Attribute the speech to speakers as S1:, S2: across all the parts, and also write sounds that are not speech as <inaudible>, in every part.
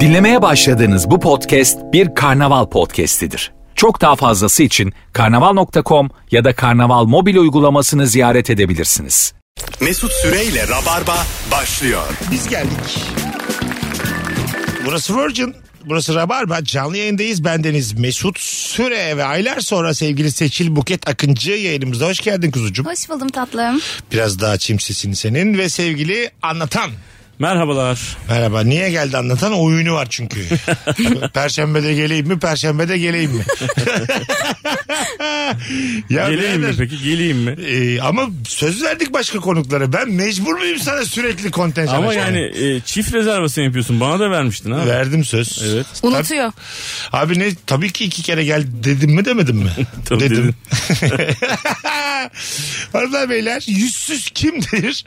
S1: Dinlemeye başladığınız bu podcast bir karnaval podcastidir. Çok daha fazlası için karnaval.com ya da karnaval mobil uygulamasını ziyaret edebilirsiniz.
S2: Mesut Süreyle Rabarba başlıyor.
S3: Biz geldik. Burası Virgin. Burası Rabarba. Canlı yayındayız. Bendeniz Mesut Süre ve aylar sonra sevgili Seçil Buket Akıncı yayınımıza hoş geldin kuzucuğum.
S4: Hoş buldum tatlım.
S3: Biraz daha çim sesini senin ve sevgili Anlatan.
S5: Merhabalar.
S3: Merhaba. Niye geldi Anlatan? Oyunu var
S5: <laughs>
S3: çünkü. Perşembede geleyim mi? Perşembede geleyim mi? ya
S5: Geleyim mi
S3: birader,
S5: peki? Geleyim mi?
S3: e, ama söz verdik başka konuklara. Ben mecbur muyum sana sürekli kontenjan
S5: Ama
S3: açmaya?
S5: yani e, çift rezervasyon yapıyorsun. Bana da vermiştin ha.
S3: Verdim söz.
S5: Evet.
S4: Unutuyor.
S3: Abi ne tabii ki iki kere gel dedim mi demedim mi?
S5: Tabii
S3: dedim.
S5: dedin.
S3: <laughs> Hanımlar beyler yüzsüz kimdir?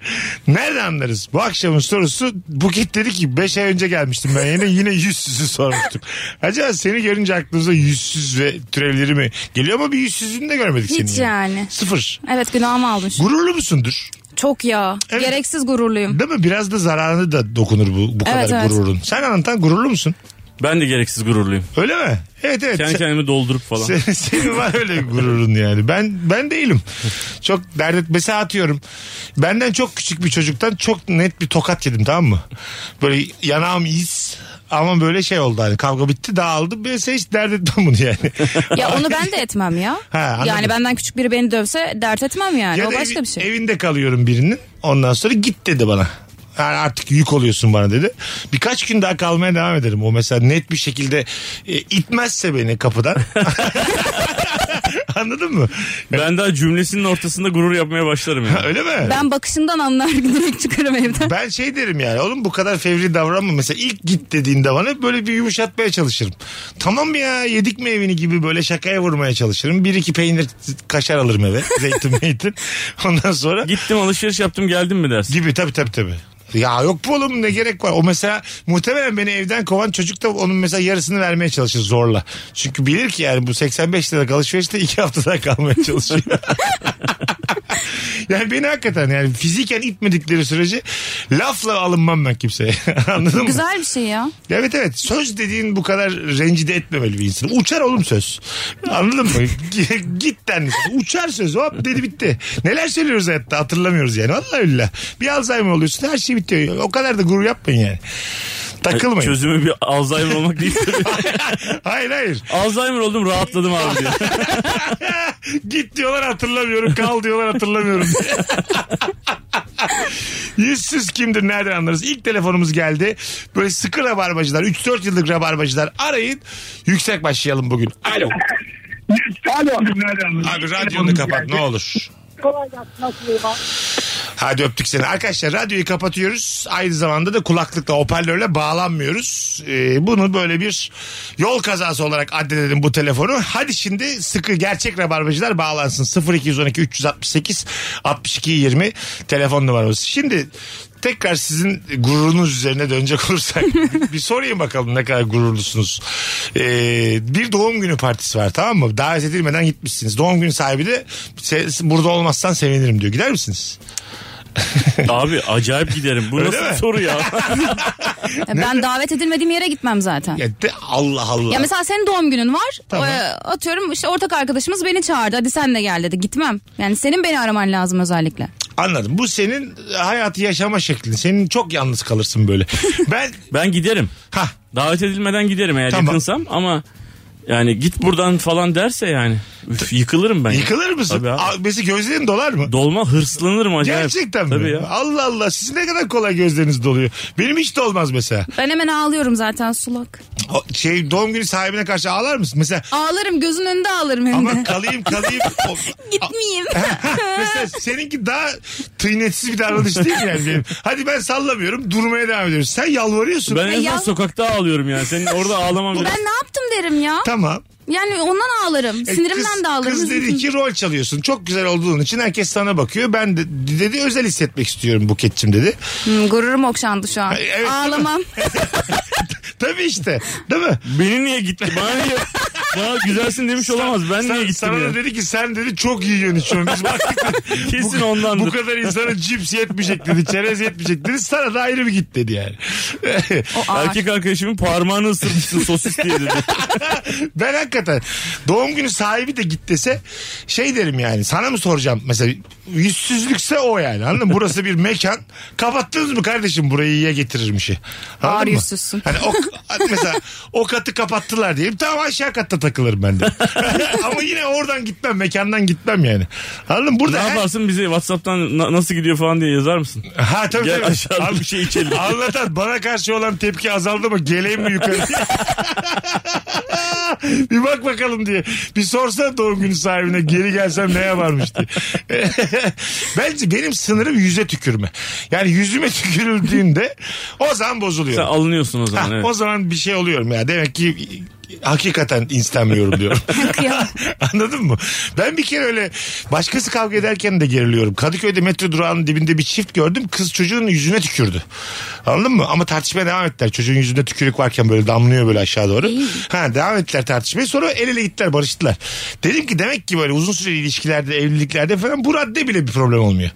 S3: Nereden anlarız? Bu akşamın sorusu Buket dedi ki 5 ay önce gelmiştim ben yine yine yüzsüzü sormuştum. Acaba seni görünce aklınıza yüzsüz ve türevleri mi geliyor ama bir yüzsüzünü de göremedik
S4: Hiç
S3: senin.
S4: yani.
S3: Sıfır.
S4: Evet günahımı aldın. şu-
S3: Gururlu musundur?
S4: Çok ya.
S3: Evet. <laughs>
S4: Gereksiz gururluyum.
S3: Değil mi? Biraz da zararını da dokunur bu, bu kadar
S4: Evet, evet.
S3: gururun. Sen anlatan gururlu musun?
S5: Ben de gereksiz gururluyum.
S3: Öyle mi? Evet evet.
S5: Kendi
S3: Sen-
S5: kendimi doldurup falan.
S3: Senin, senin var öyle bir gururun yani. Ben ben değilim. Çok dert et. Mesela atıyorum. Benden çok küçük bir çocuktan çok net bir tokat yedim tamam mı? Böyle yanağım iz. Ama böyle şey oldu hani kavga bitti dağıldı. Mesela hiç dert etmem bunu
S4: <laughs>
S3: yani.
S4: Ya onu ben de etmem ya.
S3: Ha, anladım.
S4: yani benden küçük biri beni dövse dert etmem yani.
S3: Ya
S4: o
S3: da
S4: başka
S3: evi-
S4: bir şey.
S3: Evinde kalıyorum birinin. Ondan sonra git dedi bana. Yani artık yük oluyorsun bana dedi. Birkaç gün daha kalmaya devam ederim. O mesela net bir şekilde e, itmezse beni kapıdan. <laughs> Anladın mı?
S5: Ben daha cümlesinin ortasında gurur yapmaya
S3: <laughs>
S5: başlarım yani.
S3: Öyle mi?
S4: Ben bakışından anlar direkt <laughs> çıkarım evden.
S3: <laughs> Ben şey derim yani oğlum bu kadar fevri davranma. Mesela ilk git dediğinde bana böyle bir yumuşatmaya çalışırım. Tamam ya yedik mi evini gibi böyle şakaya vurmaya çalışırım. Bir iki peynir kaşar alırım eve. <laughs> Zeytin meytin. Ondan sonra
S5: Gittim alışveriş yaptım geldim mi dersin?
S3: gibi tabii tabii tabii. Ya yok bu oğlum ne gerek var. O mesela muhtemelen beni evden kovan çocuk da onun mesela yarısını vermeye çalışır zorla. Çünkü bilir ki yani bu 85 liralık alışverişte iki haftada kalmaya çalışıyor. yani beni hakikaten yani fiziken itmedikleri sürece lafla alınmam ben kimseye. <laughs> Anladın mı?
S4: Güzel bir şey ya.
S3: Evet evet söz dediğin bu kadar rencide etmemeli bir insan. Uçar oğlum söz. Anladın mı? <laughs> G- Git denmiş. Uçar söz hop dedi bitti. Neler söylüyoruz hayatta hatırlamıyoruz yani. Vallahi billah. Bir Alzheimer oluyorsun her şey bitiyor. O kadar da gurur yapmayın yani. Takılmayın.
S5: Çözümü bir Alzheimer olmak değil.
S3: <laughs> hayır hayır.
S5: Alzheimer oldum rahatladım abi diyor.
S3: <laughs> Git diyorlar hatırlamıyorum. Kal diyorlar hatırlamıyorum. Yüzsüz kimdir nereden anlarız? İlk telefonumuz geldi. Böyle sıkı rabarbacılar 3-4 yıllık rabarbacılar arayın. Yüksek başlayalım bugün. Alo.
S6: Alo.
S3: Abi radyonu kapat ne olur.
S6: Kolay gelsin. Nasıl
S3: Hadi öptük seni. Arkadaşlar radyoyu kapatıyoruz. Aynı zamanda da kulaklıkla hoparlörle bağlanmıyoruz. Ee, bunu böyle bir yol kazası olarak addedelim bu telefonu. Hadi şimdi sıkı gerçek rabarbacılar bağlansın. 0212 368 62 20 telefon numaramız. Şimdi tekrar sizin gururunuz üzerine dönecek olursak <laughs> bir sorayım bakalım ne kadar gururlusunuz. Ee, bir doğum günü partisi var tamam mı? Davet edilmeden gitmişsiniz. Doğum günü sahibi de "Se- burada olmazsan sevinirim diyor. Gider misiniz?
S5: Abi acayip giderim. Bu
S3: Öyle
S5: nasıl
S3: mi?
S5: bir soru ya?
S3: <laughs>
S4: E, Ben davet edilmediğim yere gitmem zaten. Ya,
S3: Ya de- Allah Allah.
S4: mesela senin doğum günün var.
S3: Tamam.
S4: Ee, atıyorum işte ortak arkadaşımız beni çağırdı. Hadi sen de gel dedi. Gitmem. Yani senin beni araman lazım özellikle.
S3: Anladım. Bu senin hayatı yaşama şeklin. Senin çok yalnız kalırsın böyle. ben
S5: Ben giderim.
S3: ha
S5: Davet edilmeden giderim eğer
S3: Tamam.
S5: yakınsam ama yani git buradan falan derse yani üf, yıkılırım ben.
S3: yıkılır mısın?
S5: Tabii abi.
S3: Aa, Mesela gözlerin dolar mı?
S5: Dolma hırslanırım acayip.
S3: Gerçekten
S5: Tabii
S3: mi?
S5: ya.
S3: Allah Allah. Sizin ne kadar kolay gözleriniz doluyor. Benim hiç dolmaz mesela.
S4: Ben hemen ağlıyorum zaten sulak.
S3: O şey doğum günü sahibine karşı ağlar mısın? Mesela
S4: Ağlarım gözün önünde ağlarım hem de.
S3: <laughs>
S4: <laughs>
S3: ama kalayım kalayım. O-
S4: Gitmeyeyim.
S3: mesela seninki daha tıynetsiz bir davranış değil mi yani benim? Hadi ben sallamıyorum durmaya devam ediyorum. Sen yalvarıyorsun.
S5: Ben en son
S4: yal-
S5: sokakta ağlıyorum yani. Senin orada
S3: <laughs>
S5: ağlamam bile.
S4: Ben ne yaptım derim ya.
S3: Tamam.
S4: Yani ondan ağlarım.
S3: E,
S4: Sinirimden
S3: kız-
S4: de ağlarım.
S3: Kız dedi ki rol çalıyorsun. Çok güzel olduğun için herkes sana bakıyor. Ben de dedi özel hissetmek istiyorum Buketçim dedi. <laughs>
S4: Hmm, gururum okşandı şu an.
S3: Ay, evet. <laughs>
S4: Ağlamam.
S3: Tabii işte. Değil mi?
S5: Beni niye gitti? Bana niye? Bana güzelsin demiş olamaz. Ben niye
S3: Sen, sana
S5: gittim ya?
S3: da dedi ki sen dedi çok iyi yönetiyorsun. Biz
S5: <laughs>
S3: baktık
S5: Kesin
S3: <laughs> bu, bu
S5: ondandır.
S3: kadar insana cips yetmeyecek dedi. Çerez yetmeyecek dedi. Sana da ayrı bir git dedi yani.
S5: <laughs>
S4: O ağır.
S5: Erkek arkadaşımın parmağını ısırmışsın sosis diye
S3: <laughs>
S5: dedi.
S3: ben hakikaten doğum günü sahibi de git dese şey derim yani sana mı soracağım mesela yüzsüzlükse o yani anladın mı? Burası bir mekan kapattınız mı kardeşim burayı iyiye getiririm işi. Anladın
S4: Ağır
S3: mı?
S4: yüzsüzsün.
S3: Hani o, mesela o katı kapattılar diyelim tamam aşağı katta takılırım ben de. <laughs> Ama yine oradan gitmem mekandan gitmem yani. Anladın mı?
S5: Ne
S3: Burada her-
S5: yaparsın bize Whatsapp'tan na- nasıl gidiyor falan diye yazar mısın?
S3: Ha tabii
S5: Gel
S3: tabii.
S5: aşağıda
S3: Abi,
S5: bir şey içelim.
S3: Anlatan bana karşı olan tepki azaldı mı? Geleyim mi yukarı? <laughs> bir bak bakalım diye. Bir sorsa doğum günü sahibine geri gelsem neye varmış diye. <laughs> Bence benim sınırım yüze tükürme. Yani yüzüme tükürüldüğünde o zaman bozuluyor.
S5: Sen alınıyorsun
S3: <laughs>
S5: o zaman.
S3: Ha,
S5: evet.
S3: O zaman bir şey oluyorum ya. Demek ki hakikaten istenmiyorum diyorum.
S4: Kıyamam.
S3: <laughs> Anladın mı? Ben bir kere öyle başkası kavga ederken de geriliyorum. Kadıköy'de metro durağının dibinde bir çift gördüm. Kız çocuğun yüzüne tükürdü. Anladın mı? Ama tartışmaya devam ettiler. Çocuğun yüzünde tükürük varken böyle damlıyor böyle aşağı doğru. ha devam ettiler tartışmayı. Sonra el ele gittiler barıştılar. Dedim ki demek ki böyle uzun süreli ilişkilerde evliliklerde falan bu radde bile bir problem olmuyor.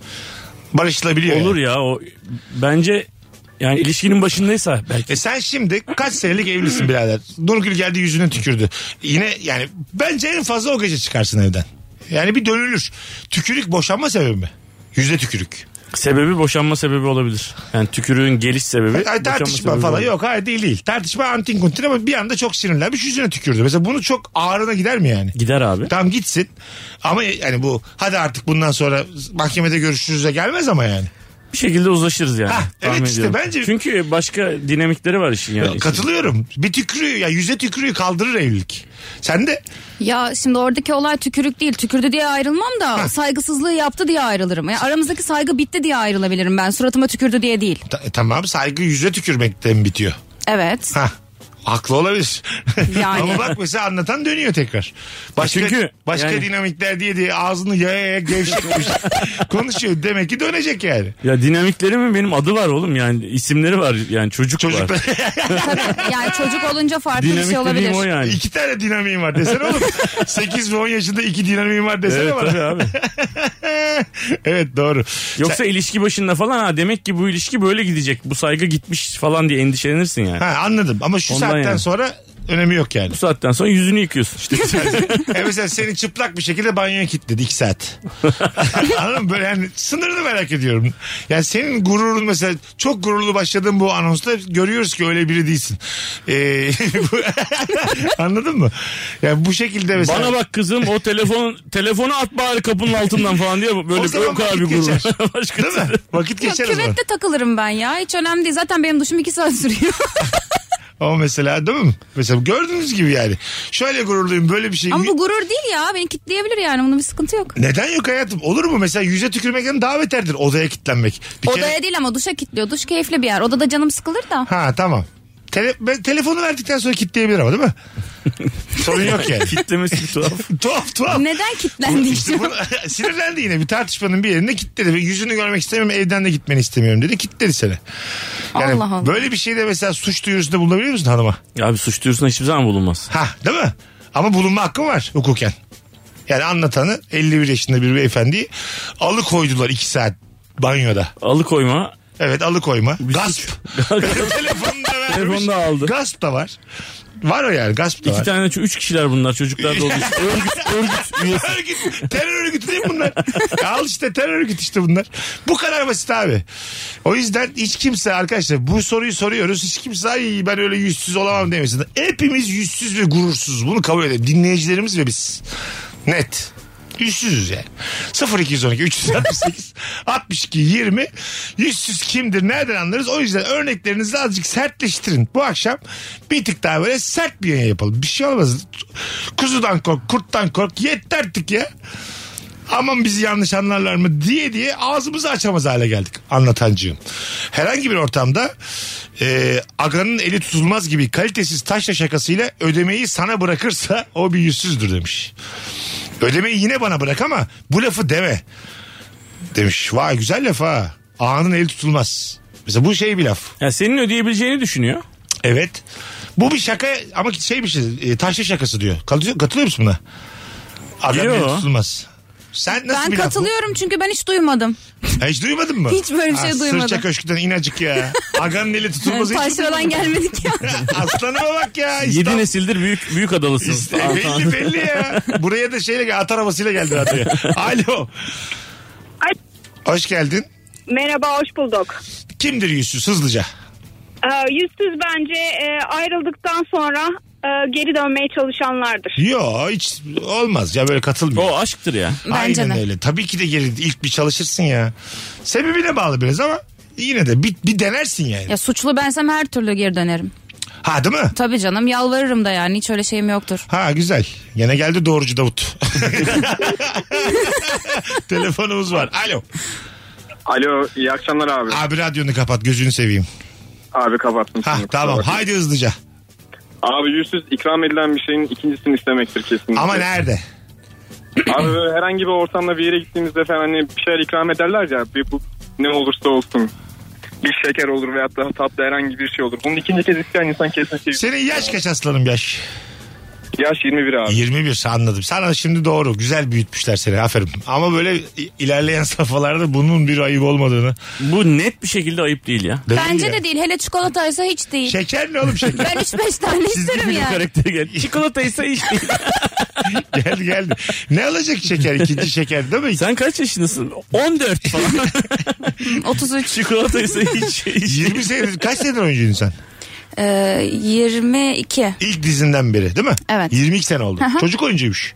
S3: Barışılabiliyor. yani.
S5: Olur ya o bence yani ilişkinin başındaysa belki.
S3: E sen şimdi kaç senelik evlisin birader? Nurgül geldi yüzüne tükürdü. Yine yani bence en fazla o gece çıkarsın evden. Yani bir dönülür. Tükürük boşanma sebebi mi? Yüzde tükürük.
S5: Sebebi boşanma sebebi olabilir. Yani tükürüğün geliş sebebi.
S3: Ay,
S5: boşanma
S3: tartışma
S5: sebebi
S3: falan
S5: olabilir.
S3: yok. Hayır değil değil. Tartışma antin kuntin ama bir anda çok sinirlenmiş yüzüne tükürdü. Mesela bunu çok ağrına gider mi yani?
S5: Gider abi.
S3: Tam gitsin. Ama yani bu hadi artık bundan sonra mahkemede görüşürüz'e gelmez ama yani.
S5: Bir şekilde uzlaşırız yani.
S3: Hah, evet
S5: tahmin
S3: işte
S5: ediyorum.
S3: bence-
S5: Çünkü başka dinamikleri var işin yani.
S3: Katılıyorum. Bir tükürüğü ya yüze tükürüğü kaldırır evlilik. Sen de
S4: Ya şimdi oradaki olay tükürük değil. Tükürdü diye ayrılmam da saygısızlığı yaptı diye ayrılırım. Yani aramızdaki saygı bitti diye ayrılabilirim ben. Suratıma tükürdü diye değil.
S3: Ta- tamam saygı yüze tükürmekten bitiyor.
S4: Evet.
S3: Ha. Haklı olabilir.
S4: Yani.
S3: Ama bak mesela anlatan dönüyor tekrar. Başka,
S5: E Çünkü
S3: başka
S5: yani-
S3: dinamikler diye diye ağzını yaya yaya
S5: <laughs>
S3: gevşekmiş. konuşuyor. Demek ki dönecek yani.
S5: Ya dinamikleri mi benim adı var oğlum yani isimleri var yani çocuk, var.
S3: Çocuklar
S4: Yani çocuk olunca farklı bir
S5: <laughs> Dinamik
S4: şey olabilir.
S5: dediğim o yani.
S3: iki tane dinamiğim var desene
S5: <laughs>
S3: oğlum. 8 ve 10 yaşında iki dinamiğim var desene
S5: Evet
S3: bana.
S5: tabii abi.
S3: <laughs> evet doğru.
S5: Yoksa
S3: Sen-
S5: ilişki başında falan ha demek ki bu ilişki böyle gidecek. Bu saygı gitmiş falan diye endişelenirsin yani.
S3: ha, anladım ama şu
S5: Ondan
S3: saatten
S5: yani.
S3: sonra önemi yok yani.
S5: Bu saatten sonra yüzünü yıkıyorsun. İşte
S3: <laughs> E mesela seni çıplak bir şekilde banyoya kilitledi 2
S4: <laughs>
S3: saat. Anladın mı? Böyle yani sınırını merak ediyorum. Yani senin gururun mesela çok gururlu başladığın bu anonsta görüyoruz ki öyle biri değilsin. Ee, <laughs> bu- anladın mı? Yani bu şekilde mesela.
S5: Bana bak kızım
S3: <laughs>
S5: o telefon telefonu at bari kapının altından falan diye böyle
S3: O zaman
S5: o kadar bir
S3: vakit
S5: gurur.
S3: geçer.
S5: <laughs> Başka
S3: Değil mi? Vakit
S4: Yok,
S3: geçer o zaman.
S4: küvette takılırım ben ya. Hiç önemli değil. Zaten benim duşum iki
S3: <laughs>
S4: saat sürüyor.
S3: Ama mesela değil mi? Mesela gördüğünüz gibi yani. Şöyle gururluyum böyle bir şey.
S4: Ama bu gurur değil ya. Beni kitleyebilir yani. Bunun bir sıkıntı yok.
S3: Neden yok hayatım? Olur mu? Mesela yüze tükürmekten daha beterdir odaya kilitlenmek. Bir kere-
S4: Odaya değil ama duşa kitliyor. Duş keyifli bir yer. Odada canım sıkılır da.
S3: Ha tamam. Tele- ben- telefonu verdikten sonra kilitleyebilir ama değil mi? Sorun yok yani.
S5: Kitlemesi bir tuhaf.
S3: tuhaf tuhaf.
S4: Neden kitlendik?
S3: İşte bunu- <laughs> sinirlendi yine bir tartışmanın bir yerinde kilitledi. Yüzünü görmek istemiyorum evden de gitmeni istemiyorum dedi. Kilitledi seni. Yani
S4: Allah Allah.
S3: Böyle bir şeyde mesela suç duyurusunda bulunabiliyor musun hanıma?
S5: Ya abi suç duyurusuna hiçbir zaman bulunmaz.
S3: Ha değil mi? Ama bulunma hakkın var hukuken. Yani anlatanı 51 yaşında bir beyefendiyi alıkoydular 2 saat banyoda.
S5: Alıkoyma.
S3: Evet alıkoyma.
S5: <laughs>
S3: gasp.
S5: suç.
S3: Telefonunu da vermiş.
S5: Telefonu da aldı.
S3: Gasp da var. Var o yani gasp da
S5: İki
S3: var.
S5: tane ç- üç kişiler
S3: <laughs>
S5: bunlar çocuklar da olduğu için. Örgüt, örgüt üyesi.
S3: örgüt, <laughs> terör örgütü değil mi bunlar? Al işte terör örgütü işte bunlar. Bu kadar basit abi. O yüzden hiç kimse arkadaşlar bu soruyu soruyoruz. Hiç kimse ay ben öyle yüzsüz olamam demesin. Hepimiz yüzsüz ve gurursuz. Bunu kabul edelim. Dinleyicilerimiz ve biz. Net. Yüzsüzüz yani. 0212 368 62 20 yüzsüz kimdir nereden anlarız? O yüzden örneklerinizi azıcık sertleştirin. Bu akşam bir tık daha böyle sert bir yayın yapalım. Bir şey olmaz. Kuzudan kork, kurttan kork. Yetti artık ya. Aman bizi yanlış anlarlar mı diye diye ağzımızı açamaz hale geldik anlatancığım. Herhangi bir ortamda e, Aga'nın eli tutulmaz gibi kalitesiz taşla şakasıyla ödemeyi sana bırakırsa o bir yüzsüzdür demiş. Ödemeyi yine bana bırak ama bu lafı deme. Demiş. Vay güzel laf ha. Ağanın eli tutulmaz. Mesela bu şey bir laf.
S5: Ya senin ödeyebileceğini düşünüyor.
S3: Evet. Bu bir şaka ama şey bir şey. e, taşlı şakası diyor. Katılıyor, katılıyor musun buna? Adam
S5: Yo.
S3: beni tutulmaz. Sen nasıl
S4: Ben
S3: bir laf bu?
S4: katılıyorum çünkü ben hiç duymadım.
S3: Ha, hiç duymadın mı?
S4: Hiç böyle bir şey duymadım.
S3: Sırça köşkten inacık
S4: <laughs>
S3: ya. Aganın eli tutulmaz. hiç
S4: Taşra'dan
S3: duymadın mı?
S4: gelmedik <laughs> ya.
S3: Aslanıma bak ya.
S5: Yedi
S3: İstanbul-
S5: nesildir büyük büyük adalısınız.
S3: İşte <laughs>
S5: Aa,
S3: belli belli ya. Buraya da şeyle gel- at arabasıyla geldi radyoya.
S5: <laughs>
S3: Alo.
S6: Ay.
S3: Hoş geldin.
S6: Merhaba hoş bulduk.
S3: Kimdir yüzsüz hızlıca?
S6: Ee, yüzsüz bence e, ayrıldıktan sonra e, geri dönmeye çalışanlardır.
S3: Yo hiç olmaz ya böyle katılmıyor.
S5: O aşktır ya.
S4: Bence
S3: Aynen
S4: de.
S3: öyle. Tabii ki de geri ilk bir çalışırsın ya. Sebebine bağlı biraz ama yine de bir, bir denersin yani.
S4: Ya suçlu bensem her türlü geri dönerim.
S3: Ha değil mi?
S4: Tabii canım yalvarırım da yani hiç öyle şeyim yoktur.
S3: Ha güzel. Yine geldi doğrucu
S4: <laughs>
S3: Davut. Telefonumuz var. Alo.
S7: Alo iyi akşamlar abi.
S3: Abi radyonu kapat gözünü seveyim.
S7: Abi kapattım.
S3: Ha
S7: şimdi, kusura
S3: tamam
S7: bakma.
S3: haydi hızlıca.
S7: Abi yüzsüz ikram edilen bir şeyin ikincisini istemektir kesinlikle.
S3: Ama nerede?
S7: Abi böyle herhangi bir ortamda bir yere gittiğimizde falan hani bir şeyler ikram ederler ya. Bir, bu ne olursa olsun. Bir şeker olur veyahut da tatlı herhangi bir şey olur. Bunun ikinci kez isteyen insan kesinlikle
S3: Senin yaş kaç aslanım yaş?
S7: yaş 21 abi.
S3: 21 anladım. Sana şimdi doğru güzel büyütmüşler seni aferin. Ama böyle i- ilerleyen <laughs> safhalarda bunun bir ayıp olmadığını.
S5: Bu net bir şekilde ayıp değil ya.
S3: Değil
S4: Bence
S3: ya.
S4: de değil hele çikolataysa hiç değil.
S3: Şeker ne oğlum
S4: <laughs>
S3: şeker?
S4: Ben 3-5 tane isterim
S5: Bir
S4: yani.
S5: karakteri gel. Çikolataysa iş değil.
S3: geldi geldi. Ne alacak şeker ikinci şeker değil mi?
S5: Sen kaç yaşındasın? 14 falan.
S4: 33.
S5: Çikolataysa hiç. hiç.
S3: 20 senedir kaç senedir oyuncuydun sen?
S4: Ee, 22.
S3: İlk dizinden beri değil mi?
S4: Evet.
S3: 22 sene oldu. Çocuk oyuncuymuş.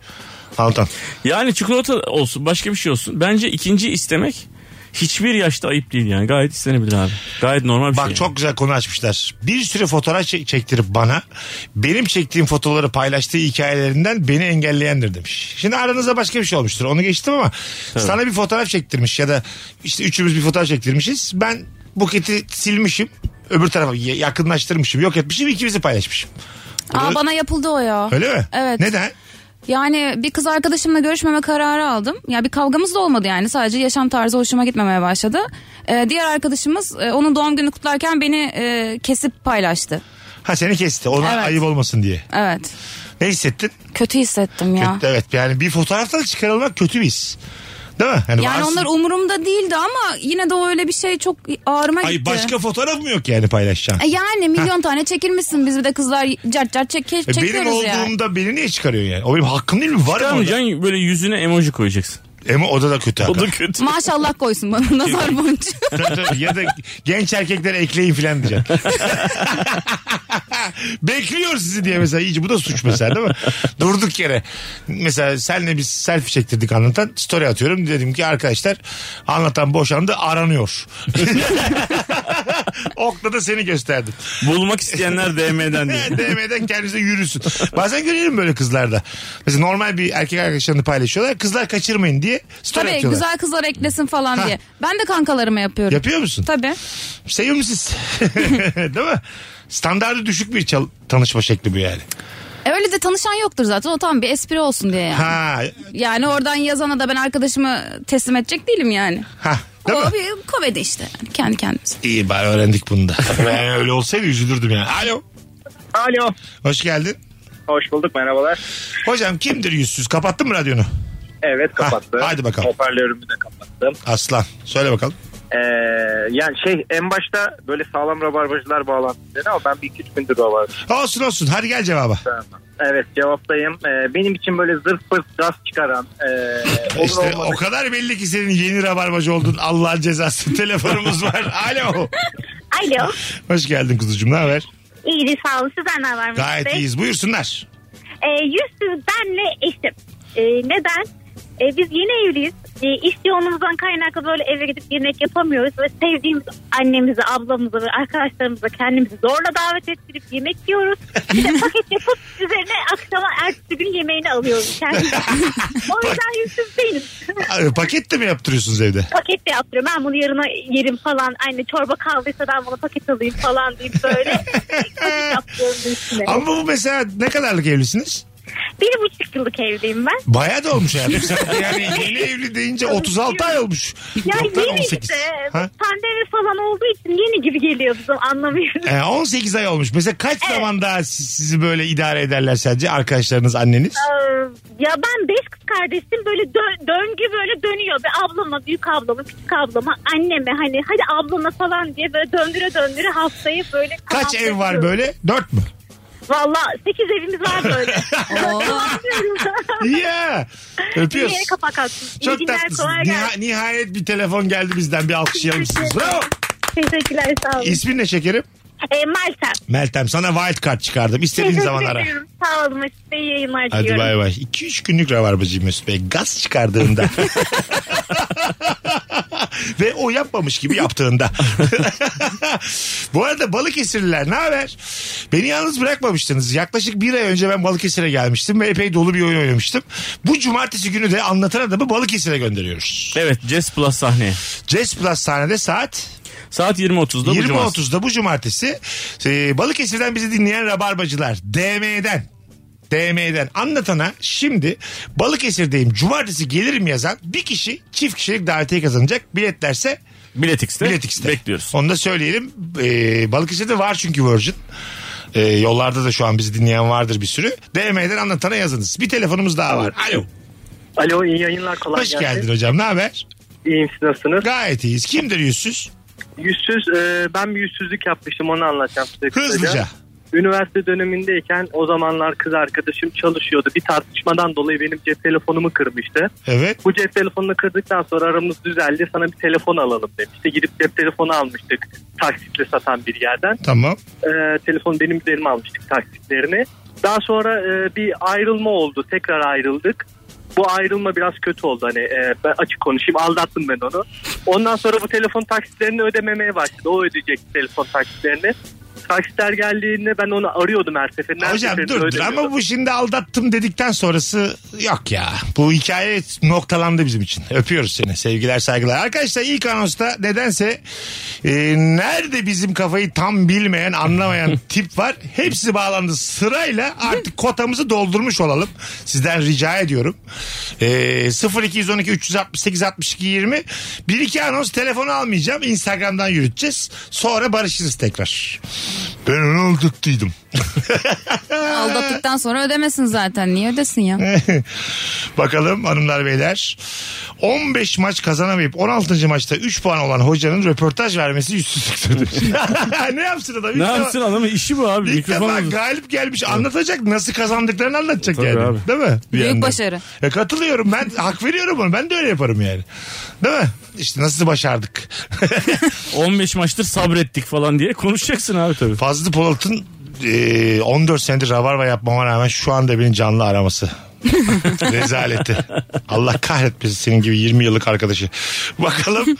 S3: Altan.
S5: Yani çikolata olsun başka bir şey olsun. Bence ikinci istemek hiçbir yaşta ayıp değil yani. Gayet istenebilir abi. Gayet normal bir
S3: Bak
S5: şey. yani.
S3: çok güzel konu açmışlar. Bir sürü fotoğraf çek- çektirip bana benim çektiğim fotoğrafları paylaştığı hikayelerinden beni engelleyendir demiş. Şimdi aranızda başka bir şey olmuştur. Onu geçtim ama sana bir fotoğraf çektirmiş ya da işte üçümüz bir fotoğraf çektirmişiz. Ben buketi silmişim. Öbür tarafa y- yakınlaştırmışım, yok etmişim, ikimizi paylaşmışım.
S4: Aa bana yapıldı o ya.
S3: Öyle mi?
S4: Evet.
S3: Neden?
S4: Yani bir kız arkadaşımla görüşmeme kararı aldım. Ya bir kavgamız da olmadı yani. Sadece yaşam tarzı hoşuma gitmemeye başladı. Ee, diğer arkadaşımız e, onun doğum günü kutlarken beni e, kesip paylaştı.
S3: Ha seni kesti. Ona
S4: Evet.
S3: ayıp olmasın diye.
S4: Evet.
S3: Ne hissettin?
S4: Kötü hissettim ya.
S3: Kötü, evet yani bir fotoğraftan çıkarılmak kötü bir his. Değil mi? Yani,
S4: Yani
S3: varsın-
S4: onlar umurumda değildi ama yine de o öyle bir şey çok ağrıma gitti.
S3: Ay başka fotoğraf mı yok yani paylaşacağın?
S4: E Yani milyon tane çekilmişsin biz bir de kızlar cart cart çek,
S3: E,
S4: çekiyoruz
S3: benim
S4: yani.
S3: olduğumda beni niye çıkarıyorsun yani? O benim hakkım değil mi? Varım orada.
S5: Çıkarmayacaksın böyle yüzüne emoji koyacaksın.
S3: Ama o da da kötü.
S5: O da
S3: hakikaten.
S5: kötü.
S4: Maşallah koysun bana
S3: <laughs>
S4: nazar boncuğu.
S3: Tabii, tabii. ya da genç erkeklere ekleyin filan diyeceksin. Bekliyor sizi diye mesela iyice bu da suç mesela değil mi? Durduk yere. Mesela senle biz selfie çektirdik anlatan story atıyorum. Dedim ki arkadaşlar anlatan boşandı aranıyor. <laughs> Okla da seni gösterdim.
S5: Bulmak isteyenler DM'den diye.
S3: <laughs> DM'den kendinize yürüsün. Bazen görüyorum böyle kızlarda. Mesela normal bir erkek arkadaşlarını paylaşıyorlar. Kızlar kaçırmayın diye story
S4: Tabii
S3: atıyorlar.
S4: güzel kızlar eklesin falan
S3: Ha.
S4: diye. Ben de kankalarıma yapıyorum.
S3: Yapıyor musun?
S4: Tabii.
S3: Seviyor musunuz? <laughs> Değil mi? Standartı düşük bir çal- tanışma şekli bu yani.
S4: E öyle de tanışan yoktur zaten. O tam bir espri olsun diye yani.
S3: Ha,
S4: Yani oradan yazana da ben arkadaşımı teslim edecek değilim yani.
S3: ha. Değil
S4: o
S3: mi?
S4: bir komedi işte. Yani kendi kendimize.
S3: İyi bari öğrendik bunu da. Ben öyle olsaydı üzülürdüm yani. Alo.
S7: Alo.
S3: Hoş geldin.
S7: Hoş bulduk merhabalar.
S3: Hocam kimdir yüzsüz? Kapattın mı radyonu?
S7: Evet
S3: kapattım. Ha, haydi bakalım.
S7: Hoparlörümü de kapattım.
S3: Aslan. Söyle bakalım.
S7: Ee, yani şey en başta böyle sağlam rabarbacılar bağlandı dedi ama ben bir iki üç gündür rabarbacı.
S3: Olsun olsun. Hadi gel cevaba.
S7: Evet cevaptayım. Ee, benim için böyle zırt pırt gaz çıkaran e,
S3: <laughs>
S7: olur
S3: İşte
S7: olmadı.
S3: o kadar belli ki senin yeni rabarbacı oldun. Allah'ın cezası. <laughs> Telefonumuz var. Alo. Ah.
S8: Alo.
S3: Hoş geldin kuzucuğum. Ne haber?
S8: İyidir sağ olun. Sizden ne var Mesut
S3: Gayet
S8: Bey?
S3: iyiyiz. Buyursunlar.
S8: Ee, yüzsüz benle eşim. Ee, neden? Ee, biz yeni evliyiz. Ee, iş yoğunluğumuzdan kaynaklı böyle eve gidip yemek yapamıyoruz. Ve sevdiğimiz annemizi, ablamızı ve arkadaşlarımızı kendimizi zorla davet ettirip yemek
S3: <laughs>
S8: yiyoruz. İşte paket yapıp üzerine akşama ertesi gün
S3: <laughs>
S8: yemeğini alıyoruz kendimiz. o yüzden yüzsüz değilim.
S3: Ay, Paket de mi yaptırıyorsunuz evde?
S8: paket de yaptırıyorum. Ben bunu yarına yerim falan. Anne çorba kaldıysa ben bunu paket alayım
S3: <laughs>
S8: falan deyip böyle paket yaptırıyorum üstüne.
S3: Ama bu mesela ne kadarlık evlisiniz?
S8: Bir buçuk yıllık evliyim ben.
S3: Bayağı da olmuş hayatım. Sen yani yeni evli deyince 36 ay olmuş.
S8: Yani
S3: Yok lan
S8: yeni
S3: 18.
S8: işte.
S3: Ha?
S8: Pandemi falan olduğu için yeni gibi geliyor bizim anlamıyorum.
S3: Ee, 18 ay olmuş. Mesela kaç zaman daha si- sizi böyle idare ederler sence arkadaşlarınız, anneniz?
S8: Ee, ya ben beş kız kardeşim böyle dö- döngü böyle dönüyor. Ve ablama, büyük ablama, küçük ablama, anneme hani hadi ablana falan diye böyle döndüre döndüre haftayı böyle
S3: Kaç ev var
S8: kapattırıyoruz.
S3: böyle? 4
S8: <laughs>
S3: mü?
S8: Valla sekiz evimiz var böyle. <laughs>
S4: Oo.
S3: Ya.
S8: Bir
S3: Öpüyoruz.
S8: yere kapak attım. İyi
S3: Çok
S8: günler,
S3: tatlısın.
S8: kolay
S3: Niha-
S8: gelsin.
S3: nihayet bir telefon geldi bizden. Bir alkışlayalım
S8: Teşekkür
S3: sizi.
S8: ederim.
S3: Bravo.
S8: Teşekkürler sağ olun.
S3: İsmin ne şekerim?
S8: Ee, Meltem.
S3: Meltem sana wild card çıkardım. İstediğin
S8: Teşekkür
S3: zaman ara.
S8: ediyorum. Sağ olun Mesut Bey. iyi yayınlar
S3: Hadi
S8: diliyorum.
S3: bay bay. 2-3 günlük rabarbacı Mesut Bey. Gaz çıkardığında. Ve o yapmamış gibi yaptığında. Bu arada Balıkesirliler ne haber? Beni yalnız bırakmamıştınız. Yaklaşık bir ay önce ben Balıkesir'e gelmiştim ve epey dolu bir oyun oynamıştım. Bu cumartesi günü de anlatan adamı Balıkesir'e gönderiyoruz.
S5: Evet Jazz Plus sahneye.
S3: Jazz Plus sahnede saat
S5: Saat 20.30'da bu cumartesi.
S3: 20.30'da bu cumartesi e, Balıkesir'den bizi dinleyen rabarbacılar DM'den DM'den anlatana şimdi Balıkesir'deyim cumartesi gelirim yazan bir kişi çift kişilik davetiye kazanacak. Biletlerse
S5: Biletix'te.
S3: Biletix'te.
S5: Bekliyoruz.
S3: Onu da söyleyelim. E, Balıkesir'de var çünkü Virgin. E, yollarda da şu an bizi dinleyen vardır bir sürü. DM'den anlatana yazınız. Bir telefonumuz daha var. Alo.
S9: Alo iyi yayınlar kolay
S3: Hoş
S9: gelsin.
S3: geldin hocam. Ne haber?
S9: İyiyim siz nasılsınız?
S3: Gayet iyiyiz. Kimdir yüzsüz?
S9: Yüzsüz e, ben bir yüzsüzlük yapmıştım onu anlatacağım size. kısaca.
S3: Hızlıca.
S9: Üniversite dönemindeyken o zamanlar kız arkadaşım çalışıyordu. Bir tartışmadan dolayı benim cep telefonumu kırmıştı.
S3: Evet.
S9: Bu cep telefonunu kırdıktan sonra aramız düzeldi. Sana bir telefon alalım demişti. Gidip cep telefonu almıştık taksitle satan bir yerden.
S3: Tamam.
S9: E, telefon benim üzerime almıştık taksitlerini. Daha sonra e, bir ayrılma oldu. Tekrar ayrıldık. Bu ayrılma biraz kötü oldu. Hani e, ben açık konuşayım aldattım ben onu. Ondan sonra bu telefon taksitlerini ödememeye başladı. O ödeyecek telefon taksitlerini. Taksitler geldiğinde ben onu arıyordum her seferinde. Her
S3: Hocam
S9: seferinde
S3: dur dur
S9: ödemiyordum.
S3: ama bu şimdi aldattım dedikten sonrası yok ya. Bu hikaye noktalandı bizim için. Öpüyoruz seni sevgiler saygılar. Arkadaşlar ilk anonsta nedense e, nerede bizim kafayı tam bilmeyen anlamayan tip var. Hepsi bağlandı sırayla artık kotamızı doldurmuş olalım. Sizden rica ediyorum. E, 0212 368 62 20 bir iki anons telefonu almayacağım. Instagram'dan yürüteceğiz. Sonra barışırız tekrar. Ben onu aldattıydım.
S4: Aldattıktan sonra ödemesin zaten. Niye ödesin ya?
S3: <laughs> Bakalım hanımlar beyler. 15 maç kazanamayıp 16. maçta 3 puan olan hocanın röportaj vermesi yüzsüzlüktür. demiş. <laughs> ne yapsın adam? İlk
S5: Ne
S3: defa-
S5: yapsın adamın işi bu abi.
S3: İlk
S5: Mikrofon
S3: defa
S5: alın.
S3: galip gelmiş anlatacak nasıl kazandıklarını anlatacak
S5: Tabii
S3: yani.
S5: abi.
S3: Değil mi? Bir
S4: Büyük
S3: yandan.
S4: başarı.
S3: E, katılıyorum ben hak veriyorum onu ben de öyle yaparım yani. Değil mi? İşte nasıl başardık. <laughs>
S5: 15 maçtır sabrettik falan diye konuşacaksın abi tabii.
S3: Fazlı Polat'ın e, 14 senedir rabarba yapmama rağmen şu anda beni canlı araması. Rezaleti. Allah kahretmesin senin gibi 20 yıllık arkadaşı. Bakalım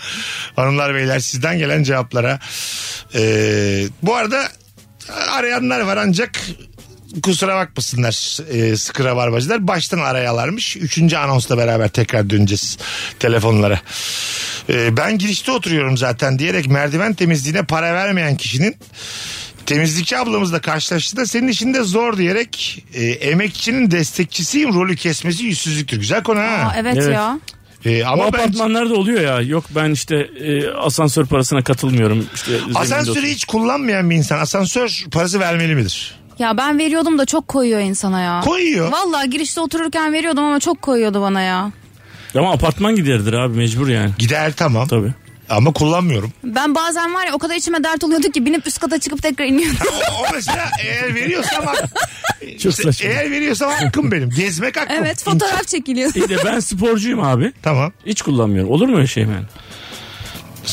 S3: hanımlar beyler sizden gelen cevaplara. E, bu arada arayanlar var ancak kusura bakmasınlar e, sıkı rabarbacılar. Baştan arayalarmış. Üçüncü anonsla beraber tekrar döneceğiz telefonlara. E, ben girişte oturuyorum zaten diyerek merdiven temizliğine para vermeyen kişinin Temizlikçi ablamızla karşılaştı da senin işin de zor diyerek e, emekçinin destekçisiyim rolü kesmesi yüzsüzlüktür. Güzel konu ha.
S4: Aa, evet,
S5: Evet.
S4: ya.
S3: E,
S5: Ama
S3: ama ben
S5: apartmanlarda oluyor ya. Yok ben işte e, asansör parasına katılmıyorum. İşte zeminde
S3: asansörü
S5: oturuyorum.
S3: hiç kullanmayan bir insan asansör parası vermeli midir?
S4: Ya ben veriyordum da çok koyuyor insana ya.
S3: Koyuyor.
S4: Vallahi girişte otururken veriyordum ama çok koyuyordu bana ya.
S5: Ama apartman gideridir abi mecbur yani.
S3: Gider tamam
S5: Tabii.
S3: ama kullanmıyorum.
S4: Ben bazen var ya o kadar içime dert oluyordu ki binip üst kata çıkıp
S3: <laughs>
S4: tekrar iniyordum.
S3: O, o mesela eğer veriyorsam hak-
S5: Çok saçma.
S3: eğer veriyorsam hakkım benim. Gezmek hakkım.
S4: evet fotoğraf çekiliyor.
S5: Bir de ben sporcuyum abi.
S3: Tamam.
S5: Hiç kullanmıyorum. Olur mu öyle şey yani?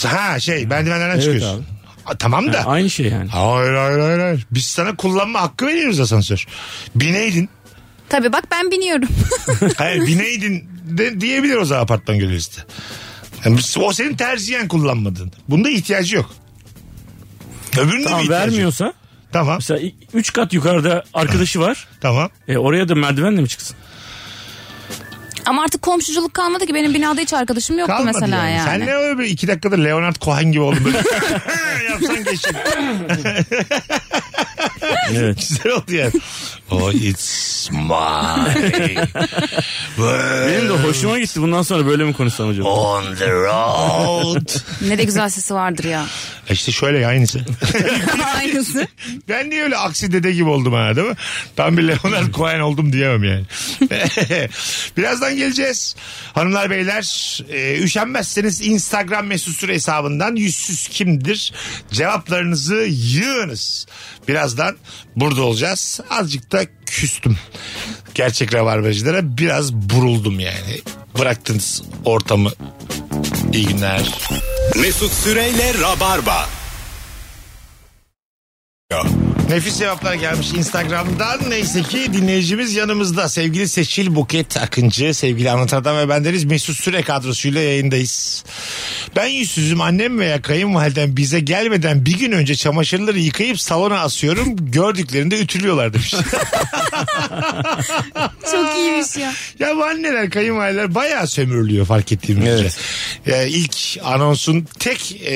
S3: Ha şey merdivenlerden
S5: Evet
S3: çıkıyorsun. Ha, tamam da.
S5: Aynı şey yani.
S3: Hayır hayır hayır hayır. Biz sana kullanma hakkı veriyoruz asansör. Bineydin.
S4: Tabii bak ben biniyorum.
S3: Hayır bineydin de, diyebilir o zaman apartman gönüllüsü de. Yani biz- o senin tercihen kullanmadın. Bunda ihtiyacı yok. Öbüründe
S5: Tamam
S3: bir ihtiyacı yok.
S5: vermiyorsa
S3: Tamam
S5: mesela 3 kat yukarıda arkadaşı var.
S3: tamam.
S5: E, oraya da merdivenle mi çıksın?
S4: ama artık komşuculuk kalmadı ki benim binada hiç arkadaşım yoktu
S3: Kalmadı
S4: mesela
S3: yani.
S4: yani.
S3: Sen ne öyle bir iki dakikadır <laughs> Leonard Cohen gibi oldun böyle. Yapsan geçin.
S5: Evet.
S3: Güzel oldu yani. Oh it's my Ee.
S5: Benim de hoşuma gitti. Bundan sonra böyle mi konuşsam acaba?
S3: on the road.
S4: Ne de güzel sesi vardır ya.
S3: E işte şöyle ya aynısı.
S4: Aynısı.
S3: Ben niye öyle aksi dede gibi oldum ha değil mi? Tam bir Leonard Cohen oldum diyemem yani. <laughs> Birazdan geleceğiz. Hanımlar beyler e, üşenmezseniz Instagram mesut süre hesabından yüzsüz kimdir? Cevaplarınızı yığınız. Birazdan burada olacağız. Azıcık da küstüm. Gerçek rabarbacılara biraz buruldum yani. Bıraktınız ortamı. İyi günler.
S2: Mesut Süreyle Rabarba.
S3: Nefis cevaplar gelmiş Instagram'dan. Neyse ki dinleyicimiz yanımızda. Sevgili Seçil Buket Akıncı, sevgili Anlatan ve bendeniz Mesut Süre kadrosuyla yayındayız. Ben yüzsüzüm annem veya kayınvalidem bize gelmeden bir gün önce çamaşırları yıkayıp salona asıyorum. Gördüklerinde ütülüyorlar demiş. <laughs>
S4: Çok iyiymiş ya.
S3: ya bu anneler kayınvalideler bayağı sömürülüyor fark ettiğim üzere. Ya ilk anonsun tek e,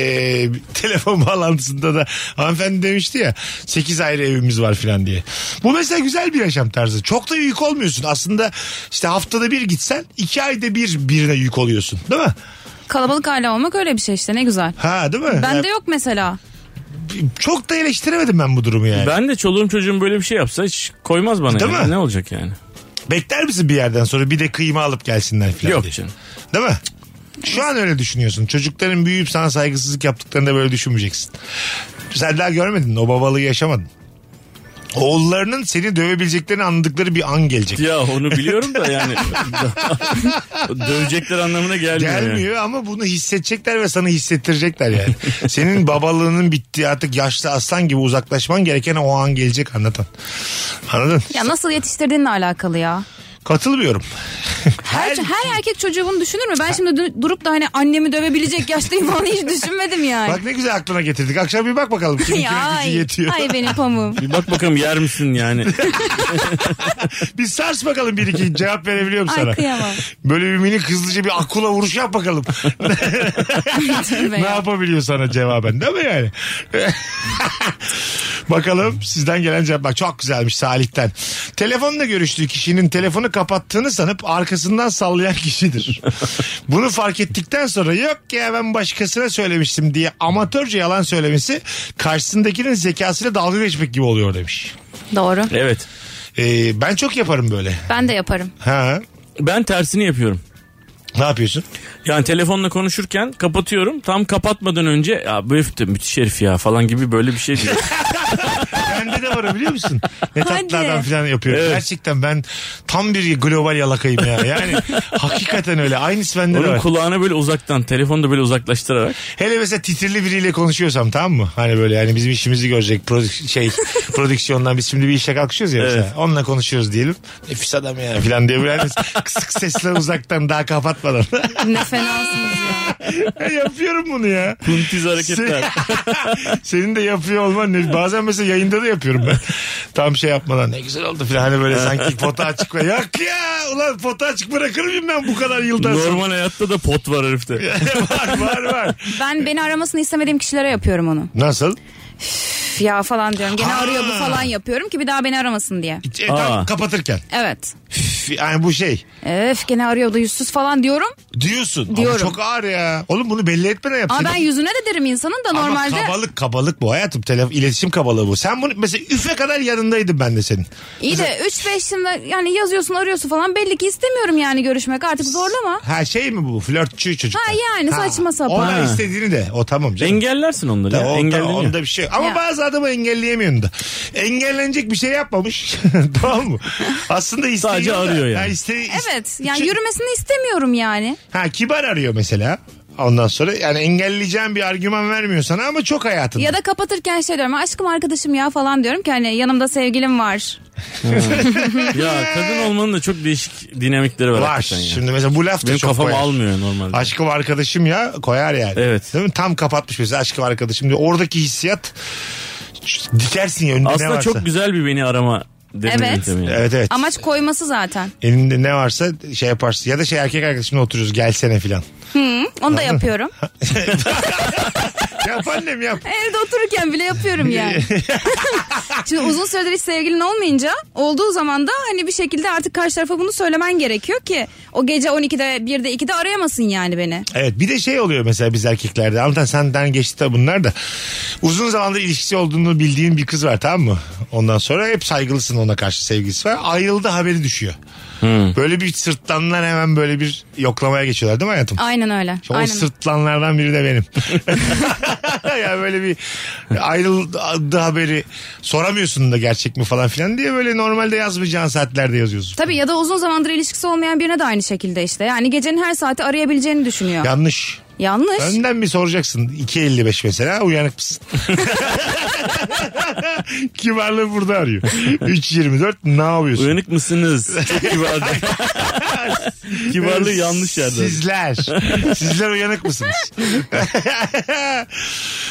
S3: telefon <laughs> bağlantısında da hanımefendi demişti ya 8 ayrı evimiz var filan diye. Bu mesela güzel bir yaşam tarzı. Çok da yük olmuyorsun. Aslında işte haftada bir gitsen 2 ayda bir birine yük oluyorsun değil mi?
S4: Kalabalık aile olmak öyle bir şey işte ne güzel.
S3: Ha değil mi? Ya,
S4: Bende yok mesela.
S3: Çok da eleştiremedim ben bu durumu yani.
S5: Ben de çoluğum çocuğum böyle bir şey yapsa hiç koymaz bana.
S3: Değil
S5: yani.
S3: mi?
S5: Ne olacak yani?
S3: Bekler misin bir yerden sonra bir de kıyma alıp gelsinler filan
S5: Yok
S3: diye.
S5: canım.
S3: Değil mi? Şu an öyle düşünüyorsun. Çocukların büyüyüp sana saygısızlık yaptıklarında böyle düşünmeyeceksin. Sen daha görmedin. O babalığı yaşamadın. Oğullarının seni dövebileceklerini anladıkları bir an gelecek.
S5: Ya onu biliyorum
S3: <laughs>
S5: da yani. Dövecekler anlamına gelmiyor. yani.
S3: Gelmiyor ama bunu hissedecekler ve sana hissettirecekler
S4: <laughs>
S3: yani. Senin babalığının bittiği artık yaşlı aslan gibi uzaklaşman gereken o an gelecek anlatan. Anladın?
S4: Ya nasıl yetiştirdiğinle alakalı ya.
S3: Katılmıyorum.
S4: Her, her erkek çocuğu bunu düşünür mü? Ben şimdi dü- durup da hani annemi dövebilecek yaştayım falan hiç düşünmedim yani.
S3: Bak ne güzel aklına getirdik. Akşam bir bak bakalım.
S4: <laughs>
S3: Kimin
S4: ya ay,
S3: gücü yetiyor.
S4: ay benim
S3: <laughs>
S4: pamuğum.
S5: Bir bak bakalım yer misin yani?
S3: Bir sars bakalım bir iki cevap verebiliyor mu
S4: Ay,
S3: sana? <laughs>
S4: kıyamam.
S3: Böyle bir minik hızlıca bir akula vuruş yap bakalım.
S4: Tövbe
S3: ne
S4: ya.
S3: yapabiliyor sana cevaben değil mi yani? bakalım sizden gelen cevap bak çok güzelmiş Salih'ten. Telefonla görüştüğü kişinin telefonu kapattığını sanıp arkasından sallayan kişidir. Bunu fark ettikten sonra yok ya ben başkasına söylemiştim diye amatörce yalan söylemesi karşısındakinin zekasıyla dalga geçmek gibi oluyor demiş.
S4: Doğru.
S5: evet.
S3: Ee, ben çok yaparım böyle.
S4: Ben de yaparım.
S3: Ha,
S5: Ben tersini yapıyorum.
S3: ne yapıyorsun?
S5: Yani telefonla konuşurken kapatıyorum. Tam kapatmadan önce ya bu herif de müthiş herif ya falan gibi böyle bir şey
S3: <laughs>
S5: diyor.
S3: Bende de var biliyor musun? Ne tatlı
S4: Hadi.
S3: adam falan yapıyorum.
S5: Evet.
S3: Gerçekten ben tam bir global yalakayım ya. Yani hakikaten öyle. Aynısı bende de
S5: Onun
S3: var.
S5: kulağını böyle uzaktan, telefonu da böyle uzaklaştırarak.
S3: Hele mesela titrili biriyle konuşuyorsam tamam mı? Hani böyle yani bizim işimizi görecek produ- şey prodüksiyondan biz şimdi bir işe kalkışıyoruz ya mesela. Onunla konuşuyoruz diyelim. Nefis adam ya falan diye böyle hani kısık sesle uzaktan daha kapatmadan. <laughs>
S4: Ne fenasınız ya.
S3: Ben yapıyorum bunu ya. <laughs>
S5: Kuntiz hareketler.
S3: Se- Senin de yapıyor olman ne? Bazen mesela yayında da yapıyorum ben. Tam şey yapmadan ne güzel oldu falan. Hani böyle sanki pota açık ve yok ya ulan pota açık bırakır mıyım ben bu kadar yıldan sonra?
S5: Normal hayatta da pot var herifte.
S3: <laughs> var var var.
S4: Ben beni aramasını istemediğim kişilere yapıyorum onu.
S3: Nasıl?
S4: Üf ya falan diyorum. Gene
S3: Aa.
S4: arıyor bu falan yapıyorum ki bir daha beni aramasın diye.
S3: E, tam
S5: Aa.
S3: kapatırken.
S4: Evet.
S3: Üf, Yani bu şey.
S4: Öf gene arıyor da yüzsüz falan diyorum.
S3: Diyorsun. Ama
S4: Diyorum.
S3: çok ağır ya. Oğlum bunu belli etme ne
S4: Ama
S3: yapacaksın?
S4: ben yüzüne de derim insanın da
S3: Ama
S4: normalde.
S3: kabalık kabalık bu hayatım. Telef iletişim kabalığı bu. Sen bunu mesela üfe kadar yanındaydım ben de senin.
S4: İyi de 3-5 yılda yani yazıyorsun arıyorsun falan belli ki istemiyorum yani görüşmek artık zorlama.
S3: Ha şey mi bu? Flörtçü çocuk.
S4: Ha yani saçma sapan.
S3: Ona
S5: Ha.
S3: istediğini de. O tamam canım.
S5: Engellersin onları
S3: Da
S5: ya.
S3: onda,
S5: engelleniyor.
S3: onda bir şey yok. Ama
S4: Ya.
S3: bazı adamı engelleyemiyorsun da. Engellenecek bir şey yapmamış. <laughs> tamam mı? Aslında isteği
S5: Sadece
S3: yok da.
S5: arıyor yani.
S3: Ha, iste-
S4: Evet yani
S3: Çünkü-
S4: yürümesini istemiyorum yani.
S3: Ha kibar arıyor mesela. Ondan sonra yani engelleyeceğim bir argüman vermiyor sana ama çok hayatında.
S4: Ya da kapatırken şey diyorum aşkım arkadaşım ya falan diyorum ki hani yanımda sevgilim var.
S5: Ya kadın olmanın da çok değişik dinamikleri var.
S3: var.
S5: hakikaten ya.
S3: Şimdi mesela bu laf da
S5: Benim
S3: çok
S5: kafam
S3: koyar.
S5: almıyor normalde.
S3: Aşkım arkadaşım ya koyar yani.
S5: Evet.
S3: Değil mi? Tam kapatmış mesela aşkım arkadaşım diyor. Oradaki hissiyat dikersin ya önünde ne
S5: Aslında
S3: varsa.
S5: çok güzel bir beni arama deme
S4: Evet.
S5: yöntemi yani.
S3: Evet evet.
S4: Amaç koyması zaten.
S3: Elinde ne varsa şey yaparsın. Ya da şey erkek arkadaşımla oturuyoruz gelsene filan.
S4: Hı, onu
S3: <laughs>
S4: da yapıyorum.
S3: yap annem yap.
S4: Evde otururken bile
S3: <laughs>
S4: yapıyorum yani. Şimdi uzun süredir hiç sevgilin olmayınca olduğu zaman da hani bir şekilde artık karşı tarafa bunu söylemen gerekiyor ki o gece 12'de 1'de 2'de arayamasın yani beni.
S3: Evet bir de şey oluyor mesela biz erkeklerde. Anlatan senden geçti de bunlar da. Uzun zamandır ilişkisi olduğunu bildiğin bir kız var tamam mı? Ondan sonra hep saygılısın ona karşı sevgilisi var. Ayrıldı haberi düşüyor. Böyle bir sırtlanlar hemen böyle bir yoklamaya geçiyorlar değil mi hayatım?
S4: Aynen öyle.
S3: O
S4: Aynen.
S3: sırtlanlardan biri de benim. ya böyle bir ayrıldı haberi soramıyorsun da gerçek mi falan filan diye böyle normalde yazmayacağın saatlerde yazıyorsun.
S4: Tabii ya da uzun zamandır ilişkisi olmayan birine de aynı şekilde işte. Yani gecenin her saati arayabileceğini düşünüyor.
S3: Yanlış.
S4: Yanlış.
S3: Önden bir soracaksın. 2.55 mesela uyanık mısın? Kibarlığı burada arıyor. 3.24 ne yapıyorsun? <laughs>
S5: Uyanık mısınız? Çok kibar. Kibarlığı yanlış
S3: <laughs>
S5: yerde.
S3: Sizler. Sizler uyanık mısınız? <laughs>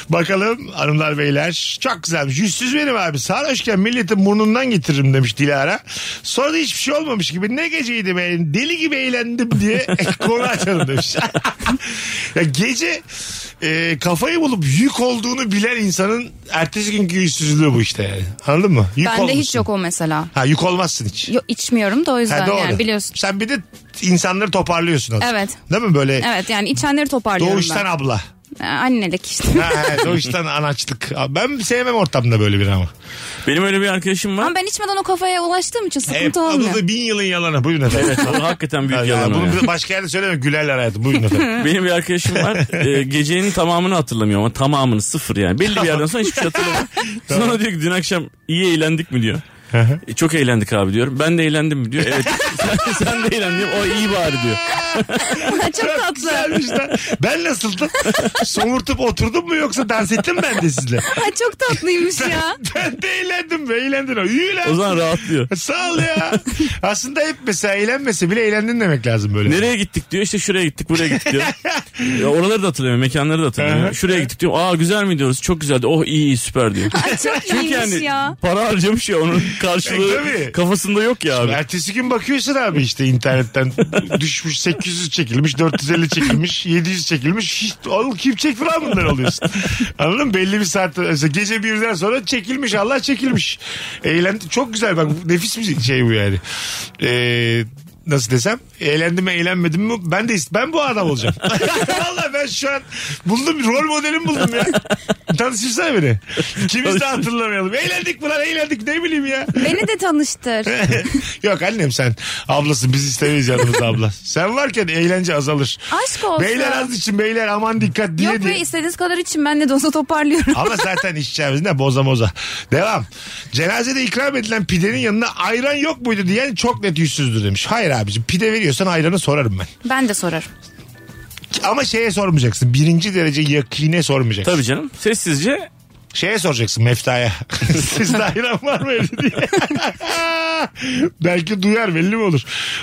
S3: Bakalım hanımlar beyler. Çok güzelmiş. Yüzsüz benim abi. Sarhoşken milletin burnundan getiririm demiş Dilara. Sonra da hiçbir şey olmamış gibi ne geceydi be deli gibi eğlendim diye <laughs> konu açalım demiş. <laughs> ya gece e, kafayı bulup yük olduğunu bilen insanın ertesi günkü yüzsüzlüğü bu işte yani. Anladın mı? Yük
S4: Bende hiç
S3: olmuşsun.
S4: yok o mesela.
S3: Ha yük olmazsın hiç.
S4: Yo, içmiyorum da o yüzden
S3: Ha, doğru.
S4: yani biliyorsun.
S3: Sen bir de insanları toparlıyorsun. azıcık.
S4: Evet.
S3: Değil mi böyle
S4: Evet yani içenleri toparlıyorum
S3: doğuştan abla.
S4: ben. Ha, Annelik işte.
S3: Ha, ha,
S4: <laughs>
S3: doğuştan anaçlık. Ben sevmem ortamda böyle bir ama.
S5: Benim öyle bir arkadaşım var.
S4: Ama ben içmeden o kafaya ulaştığım için sıkıntı
S3: Hep adı
S4: olmuyor.
S3: da bin yılın yalanı. Buyurun efendim.
S5: Evet o hakikaten
S3: Ha,
S5: büyük
S3: ya,
S5: yalan o
S3: bunu
S5: ya.
S3: bir- başka yerde söyleme gülerler hayatım.
S4: <laughs>
S3: Buyurun efendim.
S5: Benim bir arkadaşım var. Ee, gecenin tamamını hatırlamıyorum ama tamamını sıfır yani. Belli bir yerden sonra hiçbir şey hatırlamıyorum. Sonra diyor ki dün akşam iyi eğlendik mi diyor. "E, çok eğlendik abi diyorum. Ben de eğlendim mi diyor. Evet. <laughs> sen, sen de eğlendin. diyor. O iyi bari diyor.
S4: <laughs> Çok tatlı.
S3: Güzelmiş lan. Ben
S4: <laughs>
S3: nasıldım? Somurtup oturdum mu yoksa dans ettim mi ben de sizle?
S4: Ha, Çok tatlıymış
S3: <laughs>
S4: ya.
S3: ben de eğlendim be eğlendin o. İyi lan.
S5: O zaman rahatlıyor.
S3: Sağ ol ya. Aslında hep mesela eğlenmese bile eğlendin demek lazım böyle.
S5: Nereye gittik diyor. İşte şuraya gittik buraya
S3: <laughs>
S5: gittik diyor. Ya oraları da hatırlamıyorum. Mekanları da hatırlamıyorum. Şuraya gittik diyor. Aa güzel mi diyoruz? Çok güzeldi. Oh iyi iyi
S3: <laughs>
S5: süper diyor.
S4: Ay, Çok
S5: Çünkü
S4: iyiymiş
S5: yani
S4: ya.
S5: para harcamış ya onun
S3: <laughs> E,
S5: karşılığı
S3: tabii.
S5: kafasında yok ya abi.
S3: Ertesi gün bakıyorsun abi işte internetten düşmüş 800 çekilmiş 450 çekilmiş 700 çekilmiş hiç oğlum kim çek falan bunları alıyorsun. Anladın mı? Belli bir saatte mesela gece birden sonra çekilmiş Allah çekilmiş. Eğlendi çok güzel bak bu nefis bir şey bu yani. Ee, nasıl desem eğlendim mi eğlenmedim mi ben de ist- ben bu adam olacağım. Valla ben şu an buldum rol modelimi buldum ya. Tanıştırsana beni. İkimiz de hatırlamayalım. Eğlendik mi lan eğlendik ne bileyim ya.
S4: Beni de
S3: <laughs>
S4: tanıştır.
S3: Yok annem sen ablasın biz istemeyiz yanımızda abla. Sen varken eğlence azalır.
S4: Aşk olsun.
S3: Beyler az için beyler aman dikkat diye
S4: Yok be
S3: diye.
S4: istediğiniz kadar için ben de olsa toparlıyorum.
S3: Ama zaten içeceğimiz ne boza moza. Devam. Cenazede ikram edilen pidenin yanına ayran yok muydu diyen çok net yüzsüzdür demiş. Hayır abicim pide veriyorsan ayranı sorarım <laughs> ben.
S4: Ben de sorarım.
S3: Ama şeye sormayacaksın. Birinci derece yakine sormayacaksın.
S5: Tabii canım. Sessizce
S3: Şeye soracaksın meftaya. <laughs> Sizde ayran var mı evde diye. <laughs> Belki duyar belli mi olur?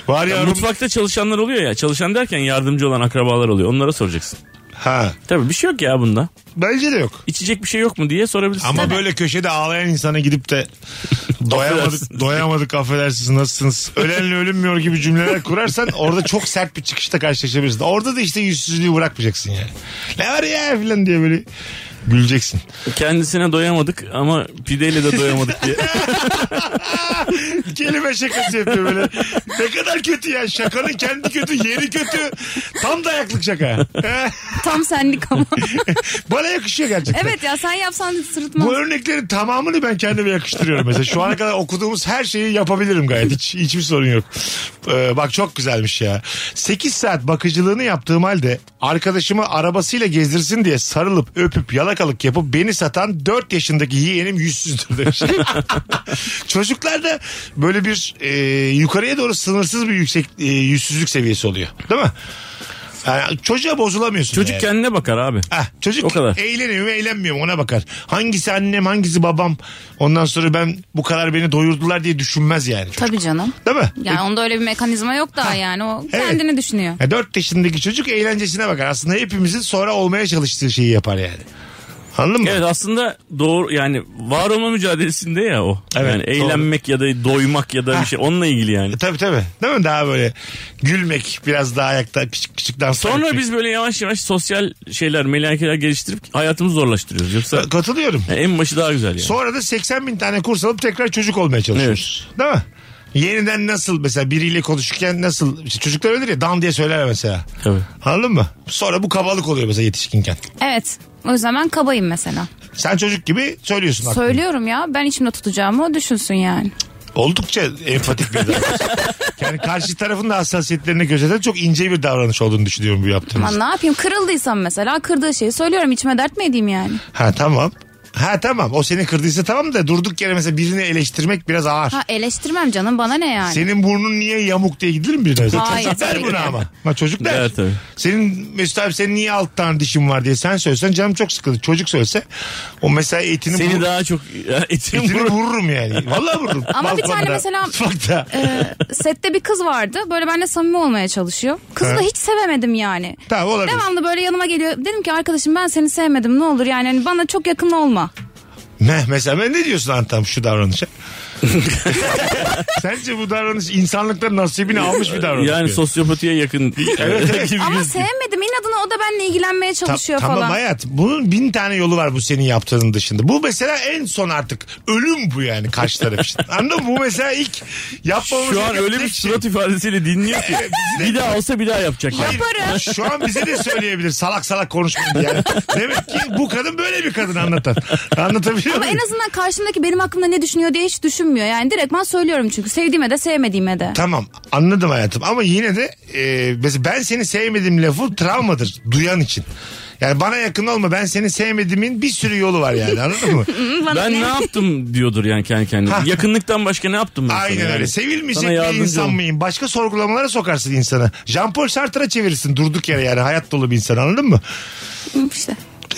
S3: Var
S5: Ya
S3: ya.
S5: mutfakta çalışanlar oluyor ya. Çalışan derken yardımcı olan akrabalar oluyor. Onlara soracaksın.
S3: Ha.
S5: Tabii bir şey yok ya bunda.
S3: Bence de yok.
S5: İçecek bir şey yok mu diye sorabilirsin.
S3: Ama böyle köşede ağlayan insana gidip de doyamadık,
S5: Affedersiniz.
S3: doyamadık affedersiniz nasılsınız? Ölenle ölünmüyor gibi cümleler kurarsan orada çok sert bir çıkışta karşılaşabilirsin. Orada da işte yüzsüzlüğü bırakmayacaksın yani. Ne var ya filan diye böyle güleceksin.
S5: Kendisine doyamadık ama pideyle de doyamadık
S3: <laughs>
S5: diye.
S3: Kelime şakası yapıyor böyle. Ne kadar kötü ya. Şakanın kendi kötü, yeri kötü. Tam dayaklık şaka.
S4: Tam
S3: <laughs>
S4: senlik ama.
S3: Bana yakışıyor gerçekten.
S4: evet ya sen yapsan sırıtmam.
S3: Bu örneklerin tamamını ben kendime yakıştırıyorum mesela. Şu ana kadar okuduğumuz her şeyi yapabilirim gayet. Hiç, hiçbir sorun yok. Ee, bak çok güzelmiş ya. 8 saat bakıcılığını yaptığım halde arkadaşımı arabasıyla gezdirsin diye sarılıp öpüp yalakalık yapıp beni satan 4 yaşındaki yeğenim yüzsüzdür demiş. <laughs> Çocuklarda böyle bir e, yukarıya doğru sınırsız bir yüksek e, yüzsüzlük seviyesi oluyor. Değil mi? Yani çocuğa bozulamıyorsun.
S5: Çocuk
S3: yani.
S5: kendine bakar abi.
S3: Ah, çocuk
S5: O kadar.
S3: eğleniyor mu eğlenmiyor mu ona bakar. Hangisi annem hangisi babam ondan sonra ben bu kadar beni doyurdular diye düşünmez yani. çocuk.
S4: Tabii canım.
S3: Değil mi?
S4: Yani onda öyle bir mekanizma yok daha yani. O
S3: Evet.
S4: kendini düşünüyor.
S3: Ya 4 yaşındaki çocuk eğlencesine bakar. Aslında hepimizin sonra olmaya çalıştığı şeyi yapar yani. Anladın mı?
S5: Evet aslında doğru yani var olma mücadelesinde ya o.
S3: Evet,
S5: yani
S3: doğru.
S5: eğlenmek ya da doymak ya da bir şey onunla ilgili yani.
S3: E, Tabii tabii. Değil mi? Daha böyle gülmek, biraz daha ayakta küçük küçük danslar.
S5: Sonra
S3: etmek.
S5: biz böyle yavaş yavaş sosyal şeyler, melakeler geliştirip hayatımızı zorlaştırıyoruz. Yoksa
S3: Katılıyorum.
S5: yani en başı daha güzel yani.
S3: Sonra da 80 bin tane kurs alıp tekrar çocuk olmaya çalışıyoruz. Değil mi? Yeniden nasıl mesela biriyle konuşurken nasıl işte çocuklar ölür ya dan diye söyler mesela.
S5: Tabii.
S3: Anladın mı? Sonra bu kabalık oluyor mesela yetişkinken.
S4: Evet. O yüzden ben kabayım mesela.
S3: Sen çocuk gibi söylüyorsun. aklını.
S4: Söylüyorum ya ben içimde tutacağımı o düşünsün yani.
S3: Oldukça empatik bir davranış.
S4: <laughs>
S3: yani karşı tarafın da hassasiyetlerini gözeten çok ince bir davranış olduğunu düşünüyorum bu
S4: Ama
S3: yaptığımız.
S4: ne yapayım kırıldıysam mesela kırdığı şeyi söylüyorum içime dert mi edeyim yani.
S3: Ha tamam. Ha tamam o seni kırdıysa tamam da durduk yere mesela birini eleştirmek biraz ağır.
S4: Ha eleştirmem canım bana ne yani.
S3: Senin burnun niye yamuk diye gidilir mi birine?
S4: Hayır,
S3: çocuk der
S4: tabii ki.
S3: bunu ama. Ha, çocuk der.
S5: Evet, tabii.
S3: Senin Mesut abi senin niye alt tane dişin var diye sen söylesen canım çok sıkıldı. Çocuk söylese o mesela etini,
S5: Seni
S3: vur-
S5: daha çok etim
S3: etini vururum yani. Vallahi vururum.
S4: Ama bir tane
S3: Balkonda,
S4: mesela-
S3: mutfakta.
S4: Ee, <laughs> sette bir kız vardı. Böyle benimle samimi olmaya çalışıyor. Kızı
S3: Ha.
S4: da hiç sevemedim yani.
S3: Tamam olabilir.
S4: Devamlı böyle yanıma geliyor. Dedim ki arkadaşım ben seni sevmedim ne olur yani hani bana çok yakın olma.
S3: Ne, mesela ben ne diyorsun Antam şu
S4: <laughs>
S3: davranışa? Sence bu davranış insanlıktan nasibini almış bir davranış.
S5: yani
S3: mı? <laughs>
S5: sosyopatiye yakın. gibi
S4: Ama
S5: gözüküyor.
S4: sevmedim inadına o da benimle ilgilenmeye
S3: Ta-
S4: çalışıyor
S3: tamam
S4: falan.
S3: hayat. Bunun bin tane yolu var bu senin yaptığının dışında. Bu mesela en son artık. Ölüm bu yani karşı taraf için.
S4: <laughs>
S3: Anladın mı? Bu mesela ilk yapmamız
S5: Şu an
S3: gereken
S5: öyle bir
S3: tek şey.
S5: surat ifadesiyle dinliyor ki. bir daha olsa bir daha yapacak. yani.
S3: Hayır, Şu an bize de söyleyebilir salak salak konuşmayın diye. Yani. Demek ki bu kadın böyle bir kadın
S4: <laughs>
S3: anlatan. Anlatabiliyor
S4: Ama
S3: muyum?
S4: en azından karşımdaki benim hakkımda ne düşünüyor diye hiç düşünmüyor. Yani direktman söylüyorum çünkü sevdiğime de sevmediğime de.
S3: Tamam anladım hayatım ama yine de e, mesela ben seni sevmediğim lafı travmadır duyan için. Yani bana yakın olma ben seni sevmediğimin bir sürü yolu var yani anladın
S5: <laughs>
S3: mı?
S5: Ben ne yaptım diyordur yani kendi kendine.
S3: Ha.
S5: Yakınlıktan başka ne yaptım ben sana
S3: Aynen
S5: yani?
S3: öyle. Sevilmeyecek
S5: Sana
S3: bir
S5: yardımcı
S3: insan
S5: ol.
S3: mıyım? Başka sorgulamalara sokarsın insanı. Jean-Paul Sartre'a çevirirsin durduk yere yani hayat dolu bir insan anladın mı?
S4: <laughs> İşte.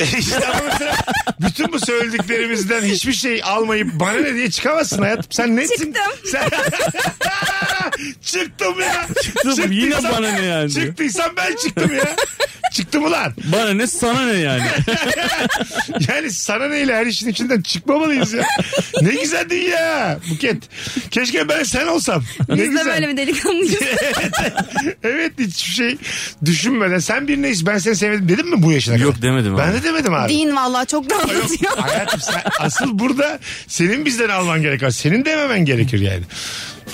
S3: <laughs> işte ama mesela bütün bu söylediklerimizden hiçbir şey almayıp bana ne diye çıkamazsın hayatım. Sen nesin?
S4: Çıktım.
S3: Sen... <laughs> çıktım ya.
S5: Çıktım, yine
S3: Çıktıysam-
S5: bana ne yani diyor.
S3: Çıktıysam ben çıktım ya. çıktım ulan.
S5: Bana ne sana ne yani.
S3: Yani sana neyle her işin içinden çıkmamalıyız ya. Ne güzel dünya Buket. Keşke ben sen olsam. Ne
S4: Biz de
S3: güzel.
S4: böyle bir delikanlıyız.
S3: <laughs> evet hiçbir şey düşünmeden sen birine hiç ben seni sevmedim dedim mi bu yaşına kadar?
S5: Yok, demedim
S3: Ben
S5: abi.
S3: de demedim abi.
S4: Din vallahi çok da anlatıyor.
S3: Hayatım sen asıl burada senin bizden alman gerekir. Senin dememen gerekir yani.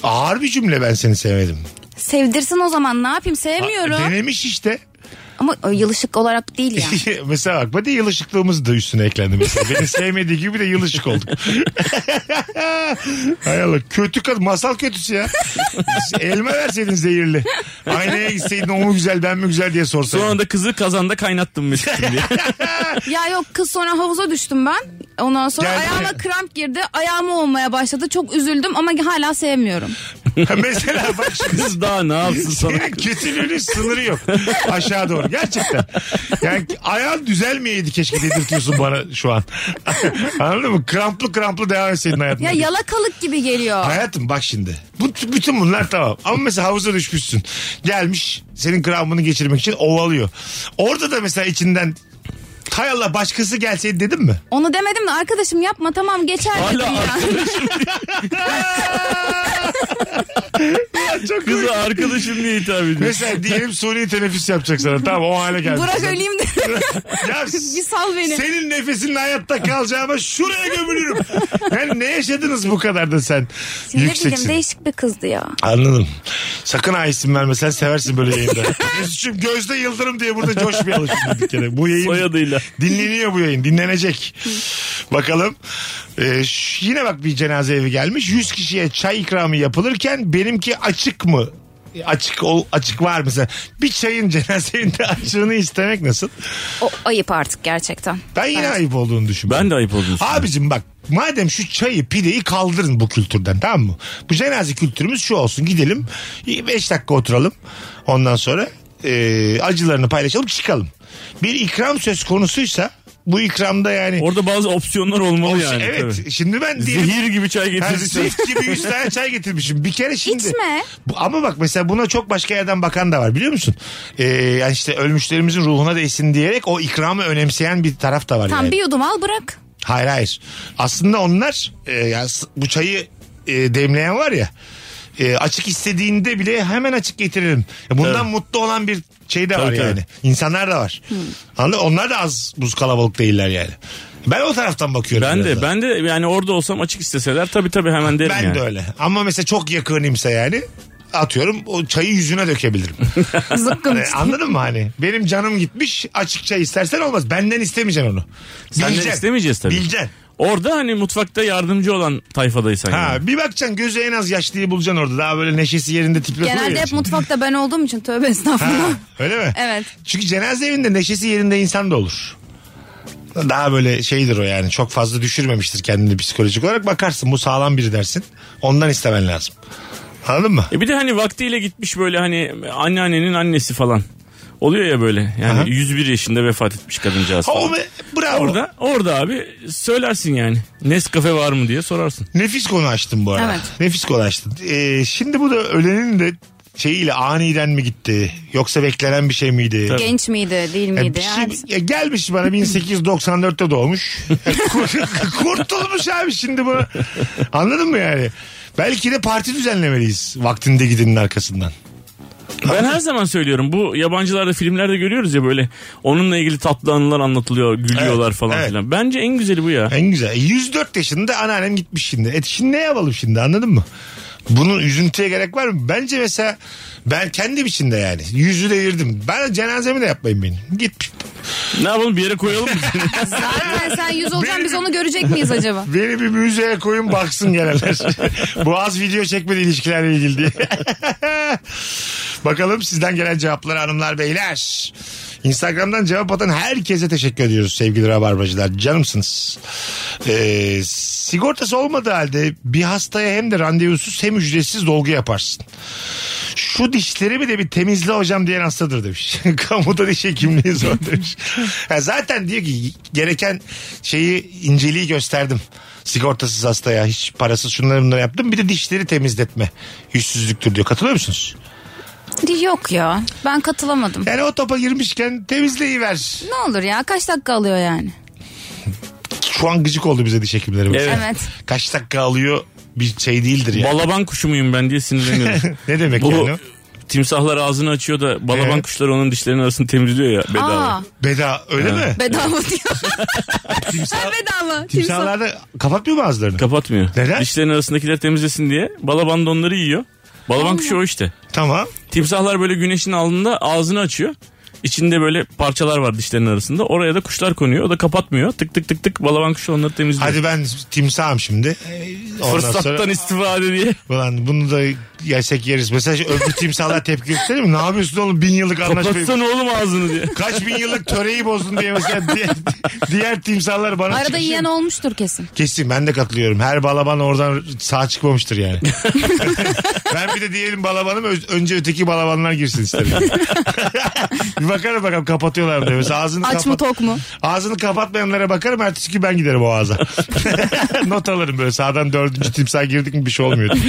S3: Ağır bir cümle ben seni sevmedim.
S4: <laughs> Sevdirsin o zaman ne yapayım sevmiyorum.
S3: Denemiş işte.
S4: Ama o yılışık olarak değil
S3: <laughs>
S4: yani.
S3: mesela bak bir de yılışıklığımız da üstüne eklendi mesela. Beni sevmediği gibi de yılışık olduk. <laughs> Hay Allah kötü kadın masal kötüsü ya. Elma verseydin zehirli. Aynaya gitseydin o mu güzel ben mi güzel diye sorsaydın.
S5: Sonra da kızı kazanda kaynattım Mesut'um
S3: <laughs>
S5: diye.
S4: Ya yok kız sonra havuza düştüm ben. Ondan sonra
S3: Geldi.
S4: ayağıma kramp girdi. Ayağıma olmaya başladı. Çok üzüldüm ama hala sevmiyorum.
S3: <laughs> mesela bak şimdi
S5: Kız daha ne
S3: <laughs>
S5: yapsın sana.
S3: Senin kötülüğünün sınırı yok. Aşağı doğru. Gerçekten. Yani ayağın düzelmeyeydi keşke dedirtiyorsun bana şu an. <laughs> Anladın mı? Kramplı kramplı devam etseydin hayatına.
S4: Ya yalakalık gibi geliyor.
S3: Hayatım bak şimdi. Bu, bütün bunlar tamam. Ama mesela havuza düşmüşsün. Gelmiş senin krampını geçirmek için ovalıyor. Orada da mesela içinden Hay Allah başkası gelseydi dedim mi?
S4: Onu demedim de arkadaşım yapma tamam geçer dedim
S5: Hala
S4: ya.
S3: Çok komik.
S5: Kızı arkadaşım diye hitap ediyor.
S3: Mesela diyelim suni teneffüs yapacak sana. Tamam o hale gelmiş.
S4: Bırak
S3: <laughs>
S4: öleyim de.
S3: Ya
S4: <laughs> Bir sal beni.
S3: Senin nefesinle hayatta kalacağıma şuraya gömülürüm. Yani ne yaşadınız bu kadar da sen
S4: ne bileyim
S3: yükseksin.
S4: değişik bir kızdı ya.
S3: Anladım. Sakın ha isim verme sen seversin böyle yayında. <laughs> Mesut'cum gözde yıldırım diye burada coşmayalım şimdi bir kere. Bu yayın
S5: Soyadıyla.
S3: dinleniyor bu yayın dinlenecek. Bakalım Ee, ş- yine bak bir cenaze evi gelmiş 100 kişiye çay ikramı yapılırken benimki açık mı? açık ol açık var mesela bir çayın <laughs> cenaze evinde açığını istemek nasıl
S4: O ayıp artık gerçekten.
S3: ben yine
S4: Evet.
S3: ayıp olduğunu düşünüyorum
S5: Ben de ayıp oldum.
S3: Abicim bak madem şu çayı pideyi kaldırın bu kültürden tamam mı? Bu cenaze kültürümüz şu olsun gidelim 5 dakika oturalım ondan sonra e, acılarını paylaşalım çıkalım. Bir ikram söz konusuysa bu ikramda yani.
S5: Orada bazı opsiyonlar olmalı yani.
S3: evet
S5: tabii.
S3: şimdi ben diyelim şey-
S5: Zehir gibi çay
S3: Ha,
S5: getirsin.
S3: Zift gibi 100 tane çay getirmişim. Bir kere şimdi.
S4: İçme.
S3: Bu- ama bak mesela buna çok başka yerden bakan da var biliyor musun? Ee, yani işte ölmüşlerimizin ruhuna değsin diyerek o ikramı önemseyen bir taraf da var.
S4: Tam
S3: yani.
S4: bir yudum
S3: <laughs>
S4: al bırak.
S3: Hayır hayır. Aslında onlar e, yani s- bu çayı e, demleyen var ya. e, açık istediğinde bile hemen açık getiririm. E, Bundan
S5: Tabii.
S3: mutlu olan bir şey de var
S5: Tabii, tabii.
S3: yani. İnsanlar da var. Anladın mı? Onlar da az buz kalabalık değiller yani. Ben o taraftan bakıyorum.
S5: Ben
S3: biraz daha.
S5: de ben de yani orada olsam açık isteseler tabii tabii hemen derim
S3: Ben
S5: yani.
S3: de öyle. Ama mesela çok yakınımsa yani atıyorum o çayı yüzüne
S5: <laughs>
S3: dökebilirim.
S4: Zıkkım.
S3: Ee, Anladın mı hani? Benim canım gitmiş açık çay istersen olmaz. Benden istemeyeceksin onu.
S5: Senden istemeyeceğiz tabii.
S3: Bileceksin.
S5: Orada hani mutfakta yardımcı olan tayfadaysan
S3: Ha,
S5: yani.
S3: bir bakacaksın gözü en az yaşlıyı bulacaksın orada. Daha böyle neşesi yerinde tipler oluyor
S4: Genelde
S3: ya.
S4: hep mutfakta ben olduğum için tövbe
S3: Ha,
S4: <laughs> estağfurullah.
S3: öyle mi?
S4: Evet.
S3: Çünkü cenaze evinde neşesi yerinde insan da olur. Daha böyle şeydir o yani çok fazla düşürmemiştir kendini psikolojik olarak bakarsın bu sağlam biri dersin ondan istemen lazım anladın mı?
S5: E bir de hani vaktiyle gitmiş böyle hani anneannenin annesi falan. Oluyor ya böyle. Yani
S3: Aha.
S5: 101 yaşında vefat etmiş kadıncağız
S3: Ha, o
S5: falan.
S3: be, bravo.
S5: Orada, orada abi söylersin yani. Nescafe var mı diye sorarsın.
S3: Nefis konu açtın bu arada.
S4: Evet.
S3: Nefis konu açtın. Ee, şimdi bu da ölenin de şeyiyle aniden mi gitti? Yoksa beklenen bir şey miydi?
S4: Genç miydi değil
S3: Ya
S4: miydi?
S3: bir şey-
S4: Yani
S3: ya gelmiş bana 1894'te doğmuş. Kurt- Kurtulmuş abi şimdi bu. Anladın mı yani? Belki de parti düzenlemeliyiz vaktinde gidenin arkasından.
S5: Ben her zaman söylüyorum bu yabancılarda filmlerde görüyoruz ya böyle onunla ilgili tatlı anılar anlatılıyor gülüyorlar
S3: Evet,
S5: falan
S3: evet.
S5: filan. Bence en güzeli bu ya.
S3: En güzel. E, 104 yaşında anneannem gitmiş şimdi. E şimdi ne yapalım şimdi anladın mı? Bunun üzüntüye gerek var mı? Bence mesela ben kendim için de yani yüzü devirdim. Ben cenazemi de yapmayın benim. Git
S5: Ne yapalım bir yere koyalım
S3: <laughs>
S5: mı?
S4: zaten sen yüz olacaksın
S3: Benim-
S4: biz onu görecek
S3: <laughs>
S4: miyiz acaba?
S3: Beni bir müzeye koyun baksın gelenler. Bu az video çekmedi ilişkilerle ilgili diye. <laughs> Bakalım sizden gelen cevapları hanımlar beyler. Instagram'dan cevap atan herkese teşekkür ediyoruz sevgili rabarbacılar. Canımsınız. Ee, sigortası olmadığı halde bir hastaya hem de randevusuz hem ücretsiz dolgu yaparsın. Şu dişlerimi de bir temizle hocam diyen hastadır demiş. <laughs> Kamuda diş hekimliği zor demiş. Ya zaten diyor ki gereken şeyi inceliği gösterdim. Sigortasız hastaya hiç parasız şunları bunları yaptım. Bir de dişleri temizletme. Yüzsüzlüktür diyor. Katılıyor musunuz?
S4: Yok ya ben katılamadım.
S3: Yani o topa girmişken temizleyiver.
S4: Ne olur ya kaç dakika alıyor yani?
S3: Şu an gıcık oldu bize diş hekimleri.
S5: Evet.
S4: Evet.
S3: Kaç dakika alıyor bir şey değildir ya.
S5: Balaban kuşu muyum ben
S3: <laughs>
S5: diye sinirleniyorum.
S3: ne demek
S5: bu
S3: yani o?
S5: timsahlar ağzını açıyor da balaban
S3: Evet.
S5: kuşları onun dişlerinin arasını temizliyor ya bedava.
S4: Aa
S3: Beda öyle mi?
S4: bedava diyor. Ha, bedava. Timsah.
S3: Timsahlarda kapatmıyor mu ağızlarını?
S5: Kapatmıyor.
S3: Neden?
S5: Dişlerin arasındakileri temizlesin diye balaban da onları yiyor. Balaban kuşu o işte.
S3: tamam.
S5: Timsahlar böyle güneşin altında ağzını açıyor. İçinde böyle parçalar var dişlerin arasında. Oraya da kuşlar konuyor. O da kapatmıyor. Tık tık tık tık balaban kuşu onları temizliyor.
S3: Hadi ben timsahım şimdi. Ee, ondan
S5: Fırsattan
S3: sonra-
S5: istifade diye.
S3: Ulan bunu da yersek yeriz. Mesela şu öbür timsahlar tepki gösterir mi? Ne yapıyorsun oğlum bin yıllık anlaşmayı?
S5: Kapatsana oğlum ağzını diye.
S3: Kaç bin yıllık töreyi bozdun diye mesela diğer, diğer timsahlar bana
S4: Arada
S3: çıkışıyor.
S4: yiyen olmuştur kesin.
S3: Kesin ben de katılıyorum. Her balaban oradan sağ çıkmamıştır
S4: <laughs>
S3: yani. ben bir de diyelim balabanım ö- önce öteki balabanlar girsin isterim. <laughs> bir bakarım bakalım kapatıyorlar mı diye. Mesela ağzını
S4: Aç mı
S3: kapat-
S4: tok mu?
S3: Ağzını kapatmayanlara bakarım ertesi gün ben giderim o ağza. <laughs> Not alırım böyle sağdan dördüncü timsah girdik mi bir şey olmuyor. <laughs>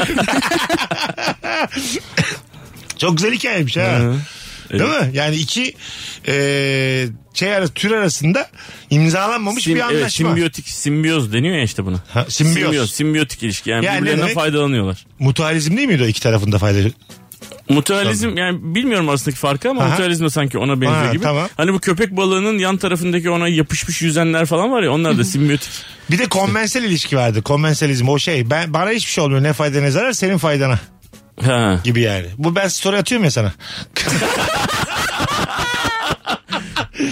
S3: Çok güzel hikayeymiş ha. Değil mi? Yani iki e, şey arası, tür arasında imzalanmamış
S5: Sim-
S3: bir anlaşma.
S5: evet, simbiyotik simbiyoz deniyor ya işte buna.
S3: Ha, simbiyoz.
S5: simbiyotik ilişki. Yani,
S3: Yani ne
S5: birbirlerinden
S3: demek?
S5: faydalanıyorlar.
S3: Mutualizm değil miydi o iki tarafında faydalı?
S5: Mutualizm yani bilmiyorum arasındaki farkı ama
S3: Aha.
S5: mutualizm de sanki ona benziyor
S3: Ha,
S5: gibi.
S3: tamam.
S5: Hani bu köpek balığının yan tarafındaki ona yapışmış yüzenler falan var ya
S3: <laughs>
S5: onlar da simbiyotik.
S3: Bir de konvensel ilişki vardı. Konvenselizm o şey. Ben, bana hiçbir şey olmuyor. Ne fayda ne zarar senin faydana
S5: Ha.
S3: gibi yani. Bu ben story atıyorum ya sana.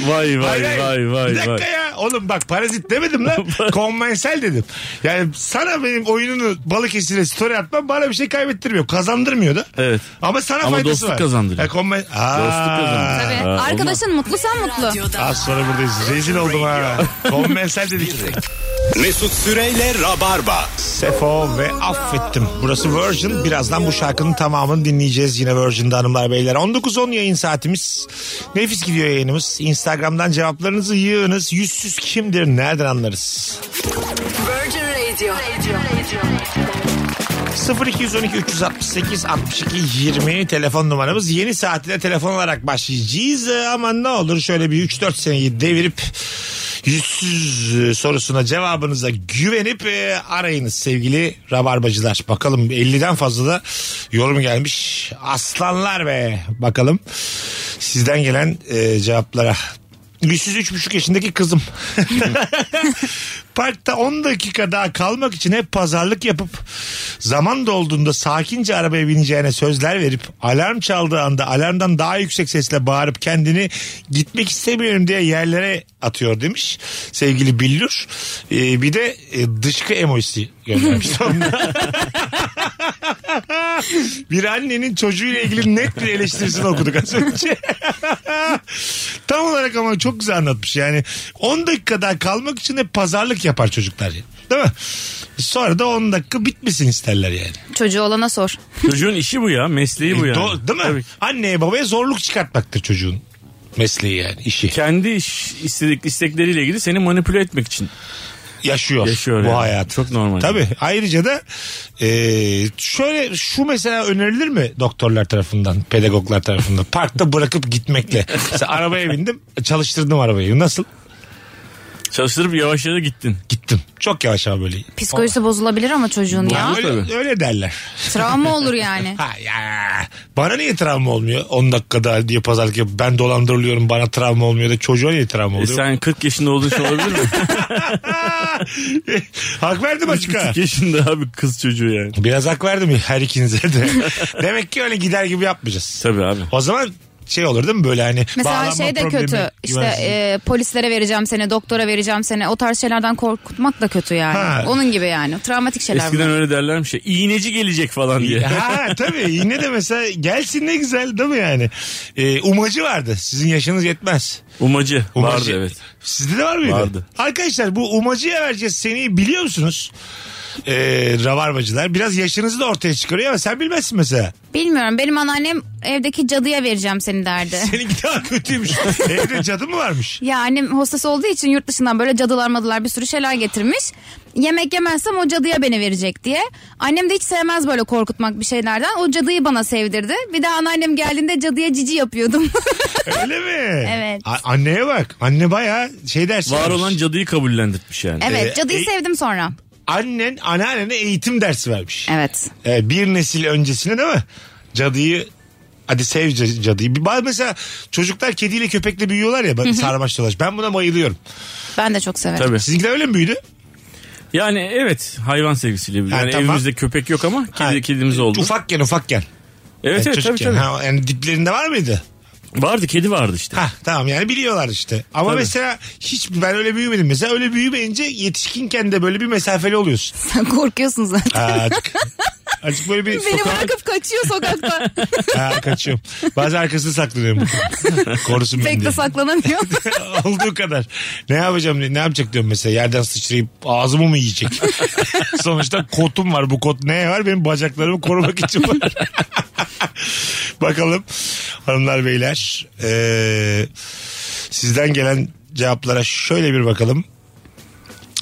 S5: Vay vay
S3: Hayır, hayır.
S5: vay
S3: Bir
S5: vay
S3: dakika
S5: vay.
S3: ya. Oğlum bak parazit demedim
S5: <laughs>
S3: lan. Konvensel dedim. Yani sana benim oyununu Balıkesir'e story atmam bana bir şey kaybettirmiyor. Kazandırmıyor da.
S5: Evet.
S3: Ama sana
S5: Ama
S3: faydası
S5: dostluk
S3: var.
S5: kazandırıyor.
S3: Ya konven- Aa,
S5: Dostluk kazandırıyor.
S4: Tabii.
S5: olmaz.
S4: Arkadaşın mutlu sen mutlu.
S3: Az sonra
S5: <laughs>
S3: buradayız. Rezil oldum ha. Konvensel dedik.
S2: Mesut Süreyle Rabarba.
S3: Sefo ve Affettim. Burası Virgin. Birazdan bu şarkının tamamını dinleyeceğiz yine Virgin'de hanımlar beyler. 19.10 yayın saatimiz. Nefis gidiyor yayınımız. Instagram'dan cevaplarınızı yığınız. Yüzsüz kimdir nereden anlarız?
S10: Virgin Radio.
S3: 0212 368 62 20 telefon numaramız. Yeni saatine telefon olarak başlayacağız. Ee, Ama ne olur şöyle bir 3-4 seneyi devirip yüzsüz e, sorusuna cevabınıza güvenip e, arayınız sevgili rabarbacılar. Bakalım 50'den fazla da yorum gelmiş. Aslanlar be bakalım sizden gelen e, cevaplara. Yüzsüz üç buçuk yaşındaki kızım. <laughs> Parkta 10 dakika daha kalmak için hep pazarlık yapıp zaman dolduğunda sakince arabaya bineceğine sözler verip alarm çaldığı anda alarmdan daha yüksek sesle bağırıp kendini gitmek istemiyorum diye yerlere atıyor demiş sevgili Billur. Ee, bir de e, dışkı emojisi göndermiş. sonunda. bir annenin çocuğuyla ilgili net bir eleştirisini okuduk az
S5: <laughs>
S3: önce. Tam olarak ama çok güzel anlatmış. Yani 10 dakika daha kalmak için hep pazarlık yapar çocuklar. Yani. Değil mi? Sonra da 10 dakika bitmesin isterler yani.
S4: Çocuğu olana sor.
S5: Çocuğun işi bu ya mesleği E bu yani.
S3: E, Do- değil mi? Anneye babaya zorluk çıkartmaktır çocuğun mesleği yani işi.
S5: Kendi iş, istedik, istekleriyle ilgili seni manipüle etmek için.
S3: Yaşıyor,
S5: Yaşıyor
S3: bu
S5: yani.
S3: hayatı.
S5: Çok normal.
S3: Tabii. Ayrıca da e, şöyle şu mesela önerilir mi doktorlar tarafından, pedagoglar tarafından? Parkta bırakıp gitmekle. Mesela arabaya bindim, çalıştırdım arabayı. Nasıl?
S5: Çalıştırıp yavaş yavaş gittin.
S3: Gittim. Çok yavaş ama böyle.
S4: Psikolojisi bozulabilir ama çocuğun ya.
S5: tabii.
S3: Öyle, öyle derler.
S4: Travma olur yani.
S3: Ha ya. Bana niye travma olmuyor? 10 dakikada diye pazarlık yapıp ben dolandırılıyorum bana travma olmuyor da çocuğa niye travma
S5: E
S3: oluyor?
S5: sen 40 yaşında olduğun için olabilir mi?
S3: <laughs> hak verdim açıkça.
S5: <laughs> 40 yaşında abi kız çocuğu yani.
S3: Biraz hak verdim her ikinize
S5: <laughs>
S3: de. Demek ki öyle gider gibi yapmayacağız.
S5: Tabii abi.
S3: O zaman şey olur değil mi böyle hani
S4: Mesela
S3: bağlanma
S4: şey de
S3: problemi,
S4: kötü. İşte
S3: güvensizlik.
S4: e, polislere vereceğim seni, doktora vereceğim seni. O tarz şeylerden korkutmak da kötü yani.
S3: Ha.
S4: Onun gibi yani. Travmatik şeyler
S5: Eskiden
S4: bunlar.
S5: öyle derlermiş ya. İğneci gelecek falan diye.
S3: Ha tabii yine de mesela gelsin ne güzel değil mi yani? Ee, umacı vardı. Sizin yaşınız yetmez.
S5: <laughs> Umacı.
S3: Umacı.
S5: Vardı evet.
S3: Sizde de var mıydı?
S5: Vardı.
S3: Arkadaşlar bu umacıya vereceğiz seneyi biliyor musunuz? Ee, ravarbacılar biraz yaşınızı da ortaya çıkarıyor ama sen bilmezsin
S5: <laughs>
S3: mesela.
S4: Bilmiyorum. Benim anneannem evdeki cadıya vereceğim seni derdi.
S3: Seninki daha kötüymüş. Evde cadı mı varmış?
S4: Ya annem hostes olduğu için yurt dışından böyle cadılar madılar bir sürü şeyler getirmiş. Yemek yemezsem o cadıya beni verecek diye. Annem de hiç sevmez böyle korkutmak bir şeylerden. O cadıyı bana sevdirdi. Bir de anneannem geldiğinde cadıya cici yapıyordum. <laughs>
S3: Öyle mi?
S4: Evet.
S3: A- anneye bak. Anne baya şey dersi
S5: Var
S3: vermiş.
S5: olan cadıyı kabullendirmiş yani.
S4: evet
S3: Ee,
S4: cadıyı
S3: e-
S4: sevdim sonra.
S3: Annen anneannene eğitim dersi vermiş.
S4: Evet.
S3: Ee, bir nesil öncesine değil mi? Cadıyı hadi sev ca- cadıyı. Bir- Bazı mesela çocuklar kediyle köpekle büyüyorlar ya ben sarmaş dolaş. Ben buna bayılıyorum.
S4: Ben de çok severim.
S5: Tabii.
S3: Sizinkiler öyle mi büyüdü?
S5: Yani evet hayvan sevgisiyle bir.
S3: Ha,
S5: Yani
S3: tamam.
S5: evimizde köpek yok ama kedi,
S3: Ha,
S5: kedimiz oldu.
S3: Ufakken ufakken.
S5: evet
S3: Yani
S5: evet tabii
S3: çocukken.
S5: tabii.
S3: Ha, yani diplerinde var mıydı?
S5: Vardı kedi vardı işte.
S3: Ha tamam yani biliyorlar işte. Ama
S5: Tabii.
S3: mesela hiç ben öyle büyümedim. Mesela öyle büyümeyince yetişkinken de böyle bir mesafeli oluyorsun.
S4: Sen <laughs> korkuyorsun zaten.
S3: Ha,
S5: <laughs>
S3: Azıcık, azıcık böyle bir
S4: Beni
S3: sokağa
S4: bırakıp kaçıyor
S3: <laughs>
S4: sokakta.
S3: ha, kaçıyorum. Bazı arkasını
S5: <laughs>
S3: saklanıyorum. Korusun beni
S4: Pek de
S3: diye.
S4: saklanamıyor.
S3: Olduğu kadar. Ne yapacağım ne yapacak diyorum mesela yerden sıçrayıp ağzımı mı yiyecek? <laughs> Sonuçta kotum var bu kot neye var benim bacaklarımı korumak için var. <laughs> Bakalım hanımlar beyler Ee, sizden gelen cevaplara şöyle bir bakalım.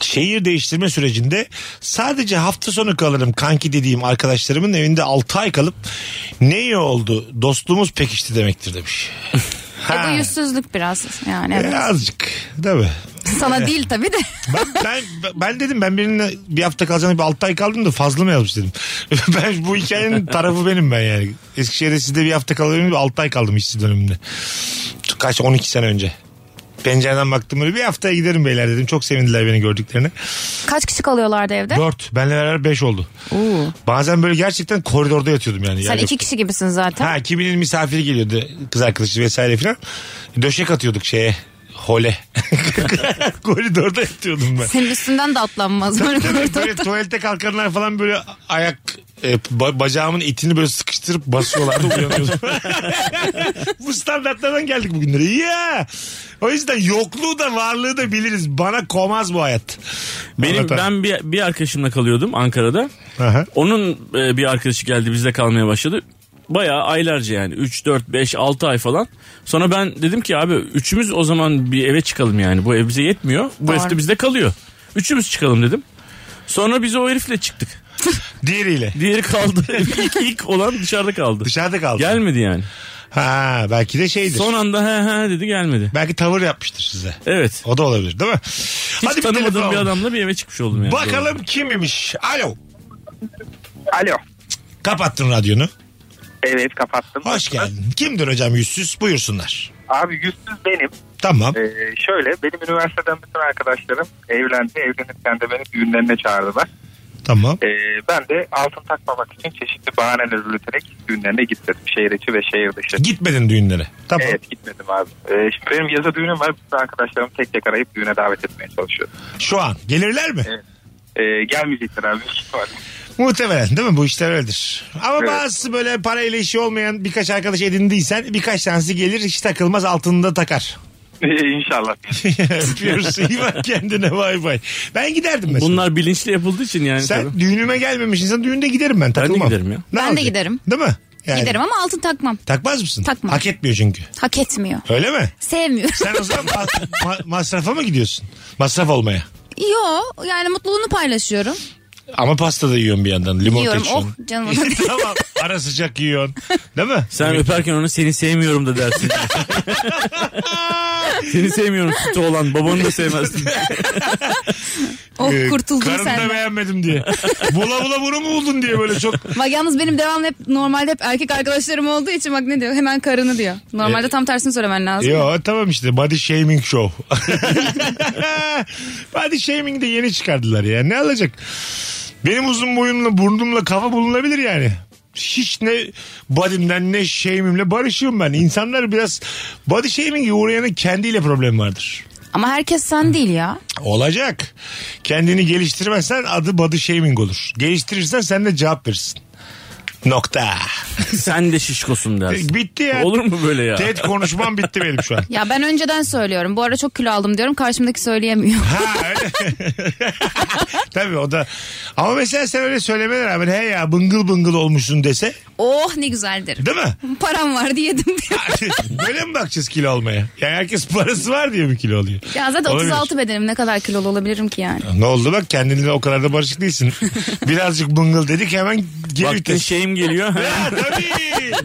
S3: Şehir değiştirme sürecinde sadece hafta sonu kalırım kanki dediğim arkadaşlarımın evinde 6 ay kalıp ne iyi oldu dostluğumuz pekişti demektir demiş.
S4: Ya da
S3: <laughs> Ha.
S4: yüzsüzlük biraz yani.
S3: E,
S4: evet.
S3: Azıcık. Tabii.
S4: Sana değil tabii de. <laughs>
S3: Ben, ben, ben dedim ben birinin bir hafta kalacağını bir altı ay kaldım da fazla mı yazmış dedim. <laughs> ben bu hikayenin tarafı benim ben yani. Eskişehir'de sizde bir hafta kalıyorum bir altı ay kaldım işsiz döneminde. Kaç 12 sene önce. Pencereden baktım böyle bir haftaya giderim beyler dedim. Çok sevindiler beni gördüklerine.
S4: Kaç kişi kalıyorlardı evde?
S3: Dört. Benle beraber beş oldu.
S4: Oo.
S3: Bazen böyle gerçekten koridorda yatıyordum yani.
S4: Sen
S3: Yer
S4: iki
S3: yoktu.
S4: kişi gibisin zaten.
S3: Ha kiminin misafiri geliyordu kız arkadaşı vesaire filan. Döşek atıyorduk şeye.
S4: <laughs>
S3: Hole. <laughs> Koridorda yatıyordum ben.
S4: Senin üstünden de atlanmaz. Böyle <laughs>
S3: Tabii
S4: koridorda.
S3: böyle tuvalete kalkanlar falan böyle ayak e, ba- bacağımın etini böyle sıkıştırıp basıyorlardı uyanıyordum. Bu standartlardan geldik bugünlere. Ya! O yüzden yokluğu da varlığı da biliriz. Bana komaz bu hayat.
S5: Benim
S3: Anlatan.
S5: ben bir, bir arkadaşımla kalıyordum Ankara'da.
S3: Aha.
S5: Onun e, bir arkadaşı geldi bizle kalmaya başladı. Bayağı aylarca yani 3 4 5 6 ay falan. Sonra ben dedim ki abi üçümüz o zaman bir eve çıkalım yani. Bu ev bize yetmiyor. Bu
S4: Doğru.
S5: evde bizde kalıyor. Üçümüz çıkalım dedim. Sonra biz o herifle çıktık.
S3: Diğeriyle. <laughs>
S5: Diğeri kaldı. ilk, ilk olan dışarıda kaldı.
S3: Dışarıda kaldı.
S5: Gelmedi yani.
S3: Ha belki de şeydir.
S5: Son anda he he dedi gelmedi.
S3: Belki tavır yapmıştır size.
S5: Evet.
S3: O da olabilir değil mi?
S5: Hiç
S3: Hadi bir
S5: tanımadığım
S3: telefon
S5: bir
S3: alalım.
S5: adamla bir eve çıkmış oldum yani.
S3: Bakalım kimmiş? Alo.
S9: Alo.
S3: Kapattın radyonu.
S9: Evet kapattım.
S3: Hoş geldin. Kimdir hocam yüzsüz? Buyursunlar.
S9: Abi yüzsüz benim.
S3: Tamam.
S9: Ee, şöyle benim üniversiteden bütün arkadaşlarım evlendi. Evlenirken de beni düğünlerine çağırdılar.
S3: Tamam.
S9: Ee, ben de altın takmamak için çeşitli bahaneler üreterek düğünlerine gittim. Şehir içi ve şehir dışı.
S3: Gitmedin düğünlere. Tamam.
S9: <laughs> Evet gitmedim abi. Ee, şimdi benim yazı düğünüm var. Bütün arkadaşlarım tek tek arayıp düğüne davet etmeye çalışıyor.
S3: Şu an. Gelirler mi?
S9: Ee, gelmeyecekler abi. <laughs> büyük ihtimalle.
S3: Muhtemelen değil mi? Bu işler öyledir. Ama
S9: Evet.
S3: bazısı böyle parayla işi olmayan birkaç arkadaş edindiysen birkaç tanesi gelir hiç takılmaz altında takar. <laughs>
S9: İnşallah.
S3: Öpüyoruz. İyi bak kendine bay bay. Ben giderdim mesela.
S5: Bunlar bilinçli yapıldığı için yani.
S3: Sen
S5: tabii.
S3: düğünüme gelmemiş insan düğünde giderim ben takılmam.
S5: giderim ya.
S4: Ben de
S3: yapacak?
S4: giderim.
S3: Değil mi? Yani
S4: Giderim ama altın takmam.
S3: Takmaz mısın?
S4: Takmam.
S3: Hak etmiyor çünkü.
S4: Hak etmiyor.
S3: Öyle mi?
S4: Sevmiyorum.
S3: Sen o zaman ma- ma- masrafa mı gidiyorsun? Masraf olmaya.
S4: <laughs> Yo yani mutluluğunu paylaşıyorum.
S3: Ama pasta da yiyorsun bir yandan. Limonata
S4: Yiyorum.
S3: içiyorsun. <laughs>
S4: Oh canım. <laughs> ona değil.
S3: tamam. Ara sıcak yiyorsun. Değil mi?
S5: Sen öperken onu seni sevmiyorum
S3: <laughs>
S5: da dersin. seni sevmiyorum sütü olan babanı da sevmezsin.
S3: <laughs>
S4: oh
S3: Ee,
S4: kurtuldum
S3: Karını da
S4: senden.
S3: beğenmedim diye. Bula bula bunu mu buldun diye böyle çok.
S4: Bak yalnız benim devamlı hep normalde hep erkek arkadaşlarım olduğu için bak ne diyor hemen karını diyor.
S3: Ee,
S4: Normalde tam tersini söylemen lazım.
S3: Yo tamam işte body shaming show. <laughs> body shaming de yeni çıkardılar ya. Ne alacak? Benim uzun boyumla burnumla kafa bulunabilir yani. Hiç ne bodymden ne shame'imle barışıyorum ben. İnsanlar biraz body shaming'e uğrayanın kendiyle problem vardır.
S4: Ama herkes sen değil ya.
S3: Olacak. Kendini geliştirmezsen adı body shaming olur. Geliştirirsen sen de cevap verirsin. Nokta.
S5: Sen de şişkosun dersin.
S3: Bitti ya.
S5: Olur mu böyle ya?
S3: TED konuşmam bitti benim
S5: <laughs>
S3: şu an.
S4: Ya ben önceden söylüyorum. Bu ara çok kilo aldım diyorum. Karşımdaki söyleyemiyor. <laughs>
S3: Ha öyle. <laughs> Tabii o da. Ama mesela sen öyle söylemene rağmen he ya bıngıl bıngıl olmuşsun dese
S4: oh ne güzel derim.
S3: değil mi? <laughs>
S4: Param vardı yedim diyor.
S3: Böyle mi bakacağız kilo olmaya? Yani herkes parası var diye mi kilo oluyor?
S4: Ya zaten
S3: Olabilir.
S4: 36 bedenim ne kadar kilolu olabilirim ki yani.
S3: Ne oldu bak kendinle o kadar da barışık değilsin. Birazcık bıngıl dedik hemen geri
S5: Baktın şey-
S3: vites.
S5: şeyim geliyor.
S3: Ha, tabii.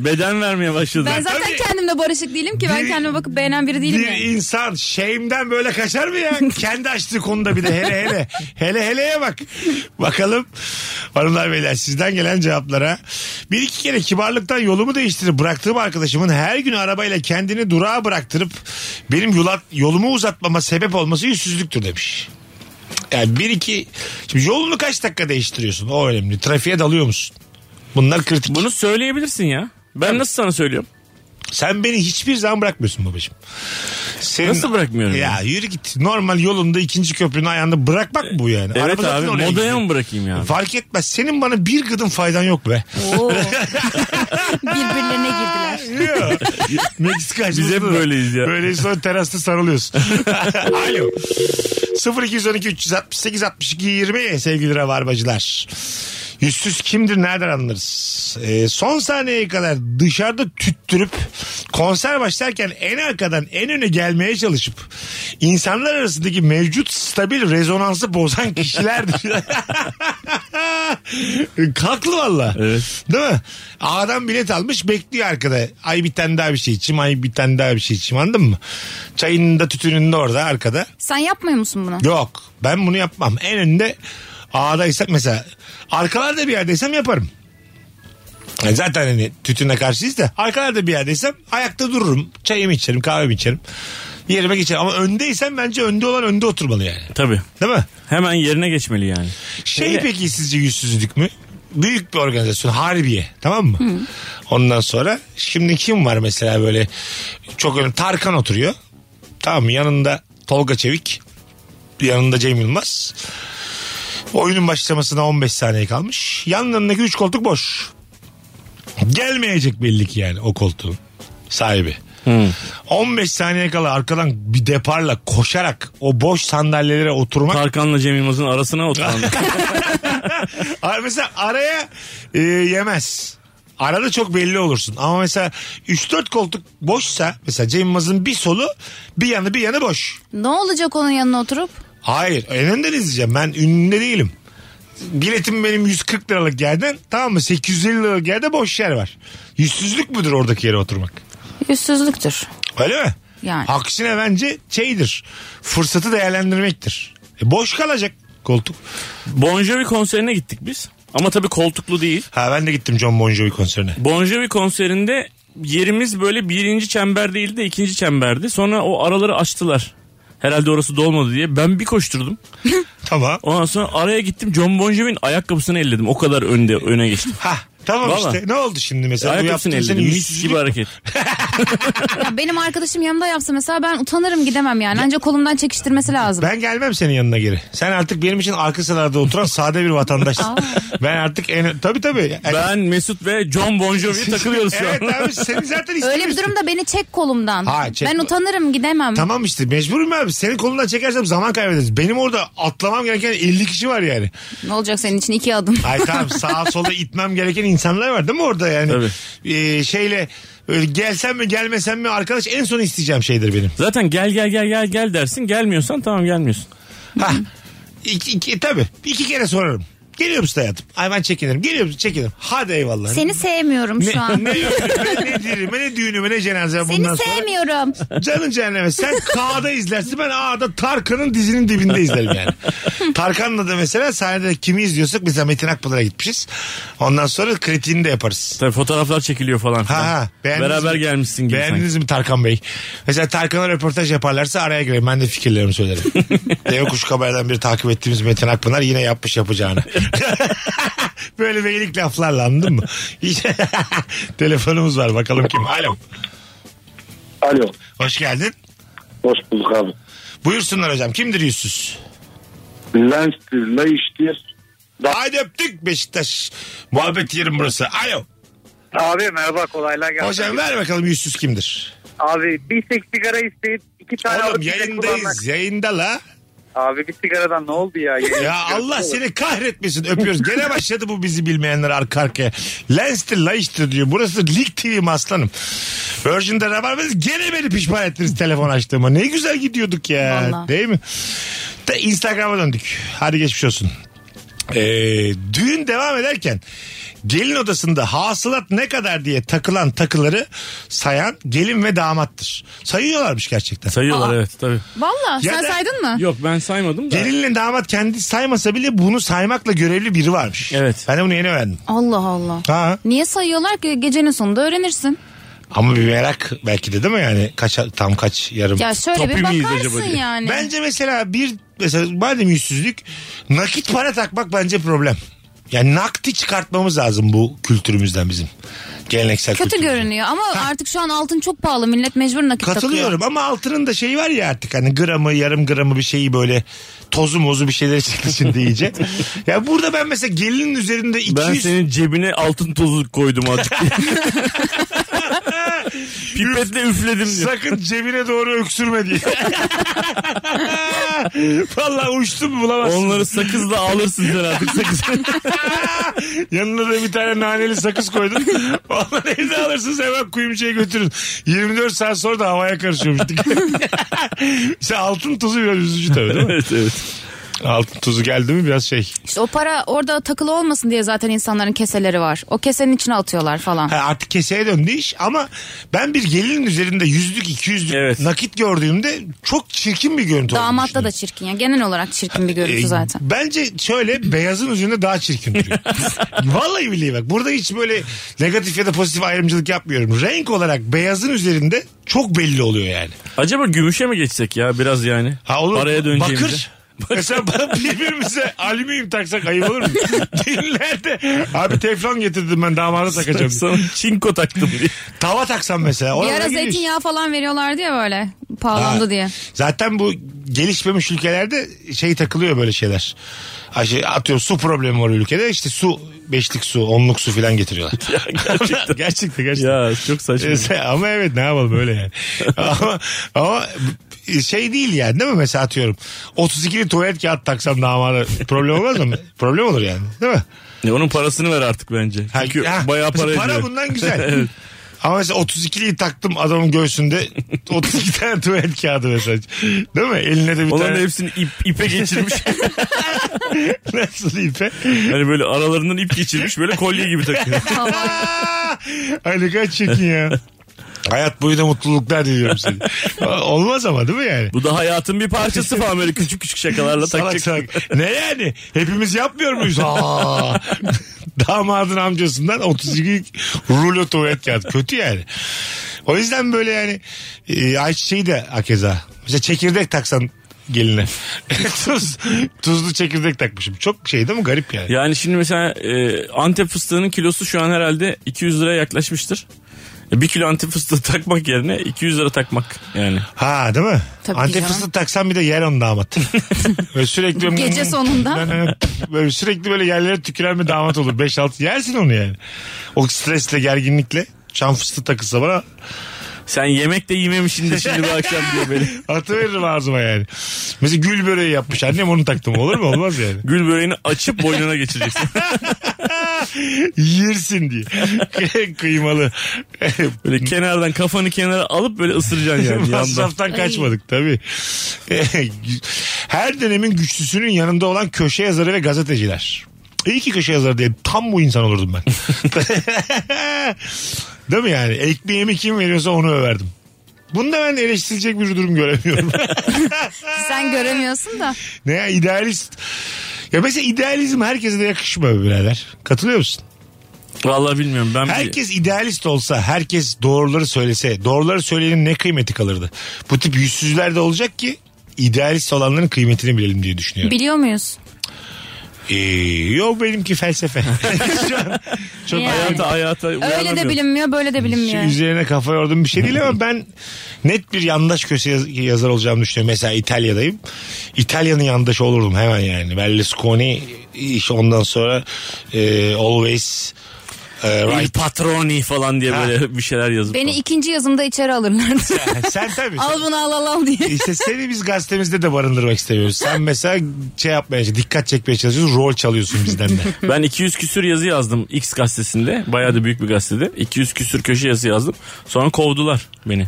S5: Beden vermeye başladı.
S4: Ben zaten
S3: Tabii.
S4: kendimle barışık değilim ki. Ben
S3: Bir-
S4: kendime bakıp beğenen biri değilim
S3: Bir
S4: yani.
S3: insan shame'den böyle kaçar mı ya? Kendi açtığı konuda bir de hele hele. Hele heleye bak. Bakalım hanımlar beyler sizden gelen cevaplara. Bir iki kere kibarlıktan yolumu değiştirip bıraktığım arkadaşımın her gün arabayla kendini durağa bıraktırıp benim yola- yolumu uzatmama sebep olması yüzsüzlüktür demiş. Yani bir iki... Şimdi yolunu kaç dakika değiştiriyorsun? O önemli. Trafiğe dalıyor musun? Bunlar kritik.
S5: Bunu söyleyebilirsin ya. Ben nasıl sana söylüyorum?
S3: Sen beni hiçbir zaman bırakmıyorsun babacığım. Senin-
S5: Nasıl bırakmıyorum
S3: Ya
S5: yani?
S3: yürü git. Normal yolunda ikinci köprünün ayağında bırakmak mı bu yani?
S5: Evet
S3: Araba zaten
S5: abi
S3: oraya
S5: modaya
S3: gidiyor.
S5: mı bırakayım ya?
S3: Fark etmez. Senin bana bir gıdım faydan yok be. <laughs>
S4: Oo. Birbirlerine girdiler.
S3: Yok. Meksika
S5: Biz hep
S3: acısı.
S5: böyleyiz ya.
S3: Böyle sonra terasta sarılıyorsun.
S5: <laughs>
S3: Alo. 0212 368 62 20 sevgili rabarbacılar. Yüzsüz kimdir nereden anlarız? Ee, son saniyeye kadar dışarıda tüttürüp konser başlarken en arkadan en öne gelmeye çalışıp insanlar arasındaki mevcut stabil rezonansı bozan kişilerdir.
S5: <laughs>
S3: <laughs> Haklı valla.
S5: Evet.
S3: Değil mi? Adam bilet almış bekliyor arkada. Ay bir tane daha bir şey içeyim. Ay bir tane daha bir şey içeyim. Anladın mı? Çayının da tütünün de orada arkada.
S4: Sen yapmıyor musun bunu?
S3: Yok. Ben bunu yapmam. En önde ağdaysak mesela arkalarda bir yerdeysem yaparım. Yani zaten hani tütüne karşıyız da arkalarda bir yerdeysem ayakta dururum. Çayımı içerim, kahvemi içerim. Yerime geçerim. Ama öndeysem bence önde olan önde oturmalı yani.
S5: Tabii.
S3: Değil mi?
S5: Hemen yerine geçmeli yani.
S3: Şey peki sizce yüzsüzlük mü? Büyük bir organizasyon harbiye tamam mı? Ondan sonra şimdi kim var mesela böyle çok önemli Tarkan oturuyor. Tamam mı? yanında Tolga Çevik yanında Cem Yılmaz. Oyunun başlamasına 15 saniye kalmış. Yanlarındaki 3 koltuk boş. Gelmeyecek belli ki yani o koltuğun sahibi. 15 saniye kala arkadan bir deparla koşarak o boş sandalyelere oturmak.
S5: Tarkan'la Cem Yılmaz'ın arasına
S3: <laughs>
S5: oturan.
S3: Ar- mesela araya e, yemez. Arada çok belli olursun. Ama mesela 3-4 koltuk boşsa mesela Cem Yılmaz'ın bir solu bir yanı bir yanı boş.
S4: Ne olacak onun yanına oturup?
S3: Hayır önünden izleyeceğim ben ünlü değilim. Biletim benim 140 liralık yerden tamam mı 850 liralık yerde boş yer var. Yüzsüzlük müdür oradaki yere oturmak?
S4: Yüzsüzlüktür.
S3: Öyle mi?
S4: Yani.
S3: Aksine bence şeydir fırsatı değerlendirmektir. E, boş kalacak koltuk.
S5: bon Jovi konserine gittik biz. Ama tabii koltuklu değil.
S3: Ha ben de gittim John Bon Jovi konserine.
S5: Bon Jovi konserinde yerimiz böyle birinci çember değildi de ikinci çemberdi. Sonra o araları açtılar. Herhalde orası dolmadı diye. Ben bir koşturdum.
S3: Tamam.
S5: Ondan sonra araya gittim. John Bon Jovi'nin ayakkabısını elledim. O kadar önde öne geçtim.
S3: Ha tamam
S5: Vallahi.
S3: işte ne oldu şimdi mesela? Bu
S5: ayakkabısını
S3: yaptığın
S5: elledim.
S3: senin
S5: Mis
S3: yüzsüzlük
S5: gibi
S3: <laughs>
S5: hareket.
S4: Ya benim arkadaşım yanımda yapsa mesela ben utanırım gidemem yani. Ancak kolumdan çekiştirmesi lazım.
S3: Ben gelmem senin yanına geri. Sen artık benim için arka sıralarda
S5: <laughs>
S3: oturan sade bir vatandaşsın. ben artık en... Tabii tabii.
S5: Ben Mesut ve John Bon Jovi'ye takılıyoruz şu an.
S3: evet abi seni
S4: <laughs>
S3: zaten
S4: Öyle bir
S3: istemiyorsun.
S4: durumda beni çek kolumdan.
S3: Ha, çek-
S4: Ben utanırım gidemem.
S3: Tamam işte mecburum abi. Senin kolundan çekersem zaman kaybederiz. Benim orada atlamam gereken 50 kişi var yani.
S4: Ne olacak senin için iki adım.
S3: Ay
S5: <laughs>
S3: tamam sağa sola itmem gereken insanlar var değil mi orada yani? Ee, şeyle öyle gelsem mi gelmesem mi arkadaş en son isteyeceğim şeydir benim.
S5: Zaten gel gel gel gel gel dersin. Gelmiyorsan tamam gelmiyorsun.
S3: Ha. İki, iki, tabii. İki kere sorarım. Geliyor musun hayatım? Ay ben çekinirim. Geliyor musun? Çekinirim. Hadi eyvallah.
S4: Seni sevmiyorum şu
S3: <laughs>
S4: an.
S3: ne öpüme, ne dirime, ne düğünüme, ne cenazeme bundan
S4: Seni
S3: sonra.
S4: sevmiyorum.
S3: Canın cehenneme. Sen K'da izlersin ben A'da Tarkan'ın dizinin dibinde izlerim
S4: <laughs>
S3: yani. Tarkan'la da mesela sahnede kimi izliyorsak mesela Metin Akpınar'a gitmişiz. Ondan sonra kritiğini de yaparız.
S5: Tabii fotoğraflar çekiliyor
S3: Ha
S5: falan. filan.
S3: ha. Beğendiniz
S5: Beraber
S3: mi?
S5: gelmişsin gibi sanki.
S3: Beğendiniz mi Tarkan Bey? Mesela Tarkan'a röportaj yaparlarsa araya girelim. Ben de fikirlerimi
S5: <laughs>
S3: söylerim. Dev Kuş Haber'den biri takip ettiğimiz Metin Akpınar yine yapmış
S5: <laughs>
S3: yapacağını. Böyle beylik laflarla anladın mı? <laughs> Telefonumuz var bakalım kim? Alo.
S9: Alo.
S3: Hoş geldin.
S9: Hoş bulduk abi.
S3: Buyursunlar hocam. Kimdir yüzsüz?
S9: Lens'tir, Layış'tir.
S3: Haydi öptük Beşiktaş. Muhabbet yerim burası. Alo.
S9: Abi merhaba kolaylar gelsin.
S3: Hocam ver bakalım yüzsüz kimdir?
S9: Abi bir tek sigara isteyip iki tane
S3: Oğlum
S9: alıp bir de kullanmak.
S3: yayındayız. Yayında la.
S9: Abi bir sigaradan ne oldu ya?
S3: Ya Allah seni kahretmesin öpüyoruz. Gene başladı bu bizi bilmeyenler arka arkaya. Lens'tir Laiç'tir diyor. Burası Lig TV'm aslanım. Virgin'de ne var? Gene beni pişman ettiniz telefon açtığıma. Ne güzel gidiyorduk ya.
S4: Vallahi.
S3: Değil mi? Ta Instagram'a döndük. Hadi geçmiş olsun. Ee, düğün devam ederken gelin odasında hasılat ne kadar diye takılan takıları sayan gelin ve damattır. Sayıyorlarmış gerçekten.
S5: Sayıyorlar
S4: Aa.
S5: evet tabii.
S4: Valla
S3: Ya
S4: sen
S3: da-
S4: saydın mı?
S5: Yok ben saymadım da.
S3: Gelinle damat kendi saymasa bile bunu saymakla görevli biri varmış.
S5: Evet.
S3: Ben de bunu yeni öğrendim.
S4: Allah Allah.
S3: Ha.
S4: Niye sayıyorlar ki gecenin sonunda öğrenirsin?
S3: Ama bir merak belki de değil mi yani kaç tam kaç yarım.
S4: Ya şöyle
S5: Topi
S4: bir
S5: miyiz
S4: bakarsın
S5: acaba diye.
S4: yani.
S3: Bence mesela bir mesela madem yüzsüzlük nakit para takmak bence problem. Yani nakdi çıkartmamız lazım bu kültürümüzden bizim. Geleneksel
S4: Kötü
S3: kültürümüzden.
S4: görünüyor ama artık şu an altın çok pahalı. Millet mecbur nakit takıyor.
S3: Katılıyorum ama altının da şeyi var ya artık hani gramı yarım gramı bir şeyi böyle tozu mozu bir şeyler çıktı şimdi
S5: <laughs>
S3: iyice. ya burada ben mesela gelinin üzerinde
S5: Ben
S3: 200
S5: senin cebine altın tozu
S3: <laughs>
S5: koydum azıcık. Pipetle üfledim diyor.
S3: Sakın cebine doğru öksürme <laughs> diye. Vallahi uçtu mu bulamazsın.
S5: Onları sakızla alırsın sen artık sakız.
S3: <laughs> Yanına da bir tane naneli sakız koydun. Onları evde alırsınız hemen kuyumcuya götürün. 24 saat sonra da havaya karışıyormuş. <laughs> işte altın tuzu biraz üzücü tabii değil mi?
S5: evet evet.
S3: Altın tuzu geldi mi biraz şey.
S4: İşte o para orada takılı olmasın diye zaten insanların keseleri var. O kesenin içine atıyorlar falan.
S3: Ha, artık keseye döndü iş ama ben bir gelinin üzerinde yüzlük iki yüzlük
S5: Evet.
S3: nakit gördüğümde çok çirkin bir görüntü olduğunu
S4: Damatta da çirkin ya. Genel olarak çirkin bir görüntü
S3: Ee,
S4: zaten.
S3: Bence şöyle beyazın üzerinde daha çirkin
S4: <laughs>
S3: duruyor. Vallahi billahi bak burada hiç böyle negatif ya da pozitif ayrımcılık yapmıyorum. Renk olarak beyazın üzerinde çok belli oluyor yani.
S5: Acaba gümüşe mi geçsek ya biraz yani?
S3: Ha olur.
S5: Paraya döneceğimize. <laughs>
S4: <laughs>
S3: Bakır. Mesela bana birbirimize alüminyum taksak ayıp
S4: <laughs>
S3: olur mu? Düğünlerde abi teflon getirdim ben damada takacağım.
S5: Sana çinko taktım
S3: <laughs>
S5: diye.
S3: Tava taksam mesela.
S4: Bir
S3: Oralara
S4: ara
S3: giriş.
S4: zeytinyağı falan veriyorlardı ya böyle pahalandı
S3: Ha. <laughs>
S4: diye.
S3: Zaten bu gelişmemiş ülkelerde şey takılıyor böyle şeyler. Ha şey atıyorum su problemi var ülkede işte su beşlik su onluk su filan
S5: <laughs>
S3: getiriyorlar. gerçekten. gerçekten
S5: Ya çok saçma.
S3: Ee, ama evet ne yapalım öyle
S5: <laughs>
S3: yani. ama, ama şey değil yani değil mi mesela atıyorum 32'li tuvalet kağıt taksam damada problem olmaz
S5: <laughs>
S3: mı? problem olur yani değil mi?
S5: Ya E, onun parasını ver artık bence.
S3: Ha,
S5: Çünkü
S3: ha,
S5: bayağı para
S3: mesela
S5: ediyor.
S3: para bundan
S5: <laughs>
S3: güzel. Ama mesela 32'liyi taktım adamın göğsünde 32 tane tuvalet kağıdı mesela. Değil mi? Eline de bir
S5: Onların
S3: tane
S5: hepsini ip-
S3: <laughs>
S5: ipe geçirmiş.
S3: nasıl ipe.
S5: hani böyle aralarından ip geçirmiş böyle kolye gibi takıyor.
S3: <laughs> Ay ne kadar çirkin ya. Hayat boyu da mutluluklar diliyorum size. <laughs> Olmaz ama değil mi yani?
S5: Bu da hayatın bir parçası falan böyle küçük küçük şakalarla
S3: Salak
S5: takacak.
S3: salak. Ne yani? Hepimiz yapmıyor muyuz? Aa. <laughs> Damadın amcasından 32 rulo tuvalet kağıdı. Kötü yani. O yüzden böyle yani e, ayçiçeği de akeza. Mesela çekirdek taksan geline. <laughs> Tuz, tuzlu çekirdek takmışım. Çok şey değil mi? Garip yani.
S5: Yani şimdi mesela e, Antep fıstığının kilosu şu an herhalde 200 liraya yaklaşmıştır. E, bir kilo Antep fıstığı <laughs> takmak yerine 200 lira takmak yani.
S3: Ha değil mi?
S4: Tabii
S3: Antep
S4: canım.
S3: fıstığı taksan bir de yer onu
S4: <laughs>
S3: damat. böyle sürekli <laughs>
S4: Gece sonunda.
S3: böyle sürekli böyle yerlere tüküren bir damat olur. 5-6 yersin onu yani. O stresle gerginlikle çam fıstığı takılsa bana
S5: Sen yemek de yememişsin de şimdi bu akşam diyor böyle.
S3: atıveririm ağzıma yani. Mesela gül böreği yapmış annem onu taktım olur mu olmaz yani.
S5: <laughs>
S4: <laughs>
S5: Gül böreğini açıp boynuna geçireceksin.
S3: Yersin diye. <laughs> Kıymalı.
S5: Böyle kenardan kafanı kenara alıp böyle ısıracaksın <laughs> yani
S3: <laughs>
S5: yandan.
S3: Masraftan kaçmadık tabii. <laughs> Her dönemin güçlüsünün yanında olan köşe yazarı ve gazeteciler. İyi ki köşe yazarı diye tam bu insan olurdum
S5: <laughs>
S3: ben. Değil mi yani? Ekmeğimi kim veriyorsa onu överdim. Bunda ben eleştirilecek bir durum göremiyorum.
S5: <laughs>
S4: Sen göremiyorsun da.
S3: ne ya idealist. Ya mesela idealizm herkese de yakışmıyor birader. Katılıyor musun?
S5: Vallahi bilmiyorum ben bir-
S3: Herkes idealist olsa, herkes doğruları söylese, doğruları söyleyenin ne kıymeti kalırdı? Bu tip yüzsüzler de olacak ki idealist olanların kıymetini bilelim diye düşünüyorum.
S4: Biliyor muyuz?
S3: Ee, yo benimki felsefe. Şu an çok
S4: Yani.
S5: hayata hayata
S4: Öyle de
S5: uyarlamıyorum.
S4: bilinmiyor böyle de
S3: Şu
S4: bilinmiyor.
S3: üzerine kafa yordum bir şey değil ama ben net bir yandaş köşe yaz- yazar olacağımı düşünüyorum. Mesela İtalya'dayım. İtalya'nın yandaşı olurdum hemen yani. Berlusconi iş ondan sonra e, always e,
S5: Il
S3: right.
S5: patroni falan diye böyle bir şeyler yazıp.
S4: Beni ikinci yazımda
S3: <laughs>
S4: içeri alırlardı.
S3: Sen tabii.
S4: <laughs> al bunu al al
S3: <laughs>
S4: al diye.
S3: İşte seni biz gazetemizde de barındırmak istemiyoruz. Sen mesela şey yapmaya, dikkat çekmeye çalışıyorsun, rol çalıyorsun bizden de.
S5: Ben 200 küsür yazı yazdım X gazetesinde. Bayağı da büyük bir gazetede. 200 küsür köşe yazı yazdım. Sonra kovdular beni.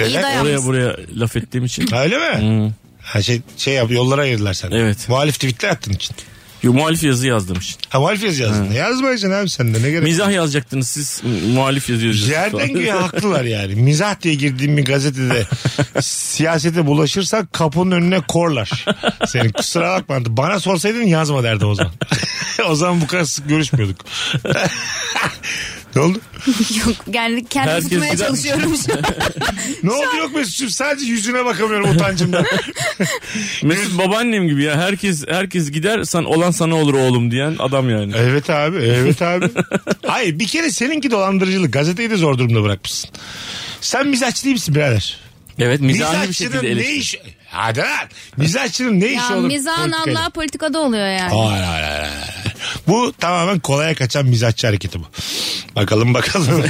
S3: Neden?
S4: <laughs> İyi dayan.
S5: Oraya buraya laf ettiğim için.
S3: Öyle mi? Ha şey, şey yap, yollara ayırdılar seni.
S5: Evet.
S3: Muhalif tweetler attın için.
S5: Yo, muhalif yazı yazdım işte.
S3: Ha muhalif yazı yazdın. Yazmayacaksın abi sen de ne gerek.
S5: Mizah yazacaktınız siz m- muhalif yazı yazacaksınız.
S3: Yerden
S5: falan.
S3: güya haklılar yani. Mizah diye girdiğim bir
S5: <laughs>
S3: gazetede siyasete bulaşırsak kapının önüne korlar. Senin kusura bakma. Bana sorsaydın yazma derdim o zaman. <laughs> o zaman bu kadar sık görüşmüyorduk. <laughs> ne oldu?
S4: Yok yani kendimi
S5: Herkes
S4: tutmaya
S5: güzel.
S4: çalışıyorum şu an.
S3: Ne oldu yok Mesut'cum sadece yüzüne bakamıyorum <laughs> utancımdan.
S5: <laughs> Mesut babaannem gibi ya. Herkes herkes gider sen olan sana olur oğlum diyen adam yani.
S3: evet abi evet abi. Hayır bir kere seninki dolandırıcılık gazeteyi de zor durumda bırakmışsın. Sen mizahçı değil misin birader?
S5: Evet mizahi bir şekilde
S3: Mizahçının ne
S5: eleştir.
S3: iş... Hadi lan. Mizahçının ne işi
S4: Ya
S3: olur?
S4: mizahın
S3: politikayla?
S4: Allah politikada oluyor yani.
S3: Hayır hayır hayır. hayır. Bu tamamen kolaya kaçan mizahçı hareketi bu. Bakalım bakalım.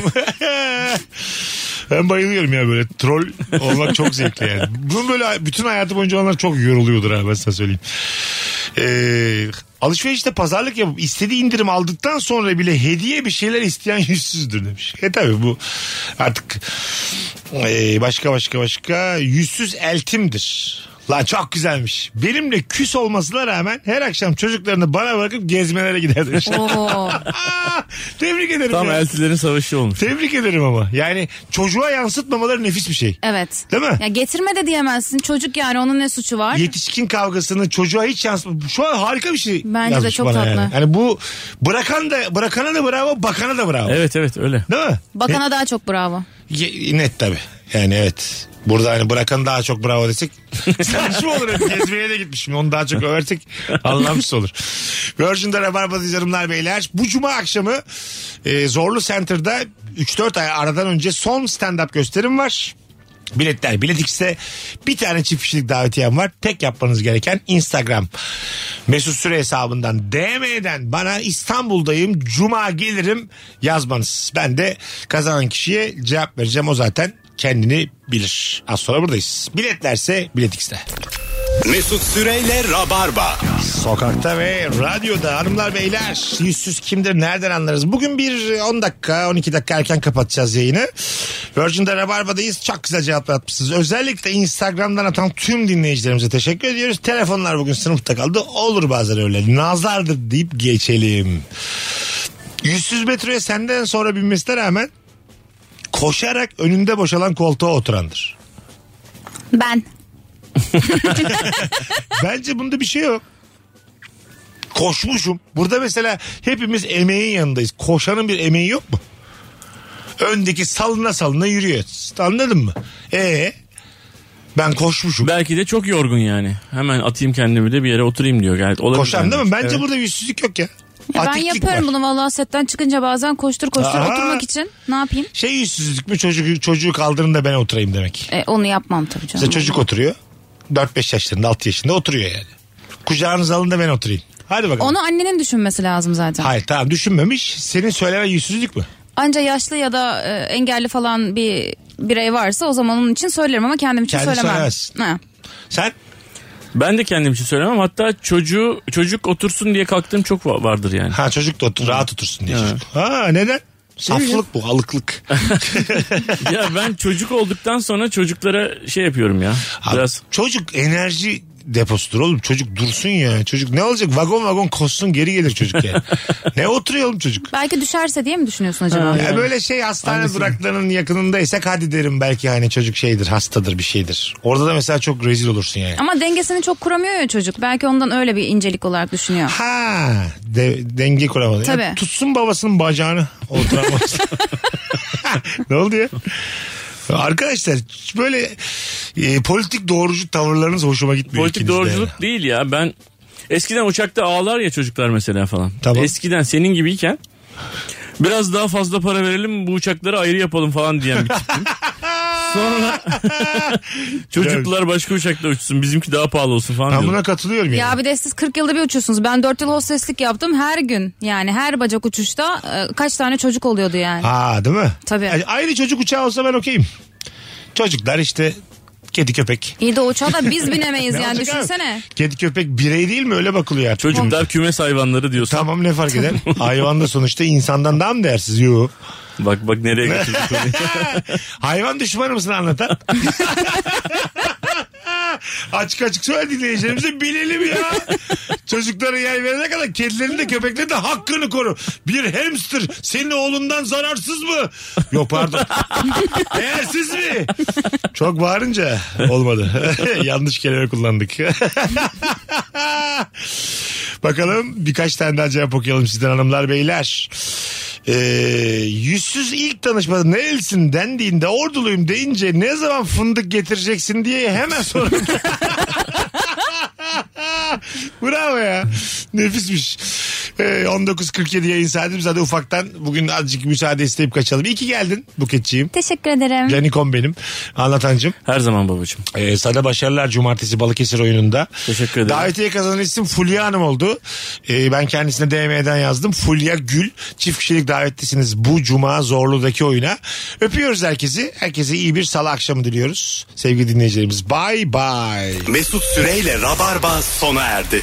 S3: ben bayılıyorum ya böyle troll olmak çok zevkli yani. Bunun böyle bütün hayatı boyunca onlar çok yoruluyordur ha ben sana söyleyeyim. Ee, alışverişte pazarlık yapıp istediği indirim aldıktan sonra bile hediye bir şeyler isteyen <laughs> yüzsüzdür demiş. E tabi bu artık ee, başka başka başka yüzsüz eltimdir. Lan çok güzelmiş. Benimle küs olmasına rağmen her akşam çocuklarını bana bırakıp gezmelere gider
S4: <laughs>
S3: demiş.
S4: Oo.
S3: Aa, Tebrik ederim.
S5: Tam
S3: ya.
S5: eltilerin savaşı olmuş.
S3: Tebrik ederim ama. Yani çocuğa yansıtmamaları nefis bir şey.
S4: Evet.
S3: Değil mi?
S4: Ya getirme de diyemezsin. Çocuk yani onun ne suçu var?
S3: Yetişkin kavgasını çocuğa hiç yansıtma. Şu an harika bir şey
S4: Bence de
S3: yazmış
S4: çok
S3: bana
S4: tatlı.
S3: Yani. yani bu bırakan da bırakana da bravo, bakana da bravo.
S5: Evet evet öyle.
S3: Değil mi?
S4: Bakana daha çok bravo.
S3: Ye- Net tabii. Yani evet. Burada hani bırakan daha çok bravo desek <laughs> saçma olur. Hep gezmeye de gitmişim. Onu daha çok översek anlamış olur. Virgin'de Rabarba'dayız hanımlar beyler. Bu cuma akşamı e, Zorlu Center'da 3-4 ay aradan önce son stand-up gösterim var. Biletler Bilet X'te bir tane çift kişilik davetiyem var. Tek yapmanız gereken Instagram. Mesut Süre hesabından DM'den bana İstanbul'dayım Cuma gelirim yazmanız. Ben de kazanan kişiye cevap vereceğim. O zaten kendini bilir. Az sonra buradayız. Biletlerse Bilet X'te.
S2: Mesut Süreyle Rabarba.
S3: Sokakta ve radyoda hanımlar beyler yüzsüz kimdir nereden anlarız? Bugün bir 10 dakika 12 dakika erken kapatacağız yayını. Virgin'de Rabarba'dayız. Çok güzel cevaplar atmışsınız. Özellikle Instagram'dan atan tüm dinleyicilerimize teşekkür ediyoruz. Telefonlar bugün sınıfta kaldı. Olur bazen öyle. Nazardır deyip geçelim. Yüzsüz metroya senden sonra binmesine rağmen koşarak önünde boşalan koltuğa oturandır.
S4: Ben.
S3: Bence bunda bir şey yok. Koşmuşum. Burada mesela hepimiz emeğin yanındayız. Koşanın bir emeği yok mu? Öndeki salına salına yürüyor. Anladın mı? Ee, ben koşmuşum.
S5: Belki de çok yorgun yani. Hemen atayım kendimi de bir yere oturayım diyor. Gayet olabilir.
S3: Koşan değil mi? Bence
S5: Evet.
S3: burada yüzsüzlük yok ya.
S4: Ya ben
S3: Atiklik
S4: yaparım
S3: var.
S4: bunu vallahi setten çıkınca bazen koştur koştur
S3: Aha.
S4: oturmak için. Ne yapayım?
S3: Şey yüzsüzlük mü çocuk çocuğu kaldırın da ben oturayım demek.
S4: E, onu yapmam tabii canım.
S3: Mesela çocuk oturuyor. 4-5 yaşlarında 6 yaşında oturuyor yani. Kucağınıza alın da ben oturayım. Hadi bakalım.
S4: Onu annenin düşünmesi lazım zaten.
S3: Hayır tamam düşünmemiş. Senin söylemen yüzsüzlük mü?
S4: Anca yaşlı ya da e, engelli falan bir birey varsa o zaman onun için söylerim ama kendim için
S3: Kendi
S4: söylemem.
S3: söylemezsin.
S4: Ha.
S3: Sen
S5: Ben de kendim için söylemem. Hatta çocuğu çocuk otursun diye kalktığım çok va-
S3: <laughs>
S5: vardır yani.
S3: Ha çocuk da otur, rahat otursun diye çocuk. Ha neden? Aflık bu alıklık.
S5: ya ben çocuk olduktan sonra çocuklara şey yapıyorum ya.
S3: Abi,
S5: Biraz
S3: Çocuk enerji deposudur oğlum. Çocuk dursun ya. Çocuk ne olacak? Vagon vagon koşsun geri gelir çocuk yani. ne oturuyor oğlum çocuk?
S4: Belki düşerse diye mi düşünüyorsun acaba?
S3: Ya böyle şey hastane duraklarının yakınındaysak hadi derim belki hani çocuk şeydir hastadır bir şeydir. Orada da mesela çok rezil olursun yani.
S4: Ama dengesini çok kuramıyor ya çocuk. Belki ondan öyle bir incelik olarak düşünüyor.
S3: Ha de- denge kuramadı. Ya
S4: Tabii.
S3: tutsun babasının bacağını
S4: <laughs>
S3: oturamaz. ne oldu ya? Arkadaşlar böyle e, politik doğrucu tavırlarınız hoşuma gitmiyor.
S5: politik
S3: ikinizde
S5: doğruculuk
S3: yani.
S5: değil ya. Ben eskiden uçakta ağlar ya çocuklar mesela falan.
S3: Tamam.
S5: Eskiden senin gibiyken biraz daha fazla para verelim bu uçakları ayrı yapalım falan diyen bir
S3: <laughs>
S5: tiptim. Sonra çocuklar başka uçakta uçsun bizimki daha pahalı olsun falan
S3: Ben
S5: diyordum.
S3: buna katılıyorum yani.
S4: Ya bir de siz 40 yılda bir uçuyorsunuz. Ben 4 yıl hosteslik yaptım her gün. Yani her bacak uçuşta e, kaç tane çocuk oluyordu yani.
S3: Ha değil mi?
S4: Tabii.
S3: Yani aynı çocuk uçağı olsa ben okeyim. Çocuklar işte kedi köpek.
S4: İyi de uçağa
S3: <laughs>
S4: da biz binemeyiz
S3: Ne
S4: yani
S3: olacak abi?
S4: düşünsene.
S3: Kedi köpek birey değil mi öyle bakılıyor artık.
S5: Çocuklar kümes hayvanları diyorsun.
S3: Tamam ne
S4: <laughs>
S3: fark eder? Hayvan da sonuçta insandan daha mı değersiz? Yoo.
S5: Bak bak nereye götürdük konuyu.
S3: Hayvan düşmanı mısın anlatan? açık açık söyle dinleyicilerimize bilelim ya. Çocuklara yer verene kadar kedilerin de köpeklerin de hakkını koru. Bir hamster senin oğlundan zararsız mı? Yok pardon. Değersiz mi? Çok bağırınca olmadı. <laughs> Yanlış kelime kullandık. Bakalım birkaç tane daha cevap okuyalım sizden hanımlar beyler. Ee, yüzsüz ilk tanışmada nerelisin dendiğinde orduluyum deyince ne zaman fındık getireceksin diye hemen sorun. <laughs> Bravo ya. Nefismiş. Ee, 19.47 yayın saatimiz. Hadi ufaktan bugün azıcık müsaade isteyip kaçalım. İyi ki geldin Buketçiğim.
S4: Teşekkür ederim.
S3: Canikom benim. Anlatancım.
S5: Her zaman babacığım.
S3: Ee, sana başarılar cumartesi Balıkesir oyununda.
S5: Teşekkür ederim.
S3: Davetiye kazanan isim Fulya Hanım oldu. Ee, ben kendisine DM'den yazdım. Fulya Gül. Çift kişilik davetlisiniz bu cuma Zorlu'daki oyuna. Öpüyoruz herkesi. Herkese iyi bir salı akşamı diliyoruz. Sevgili dinleyicilerimiz. Bye bye.
S2: Mesut Süreyle Rabarba sona erdi.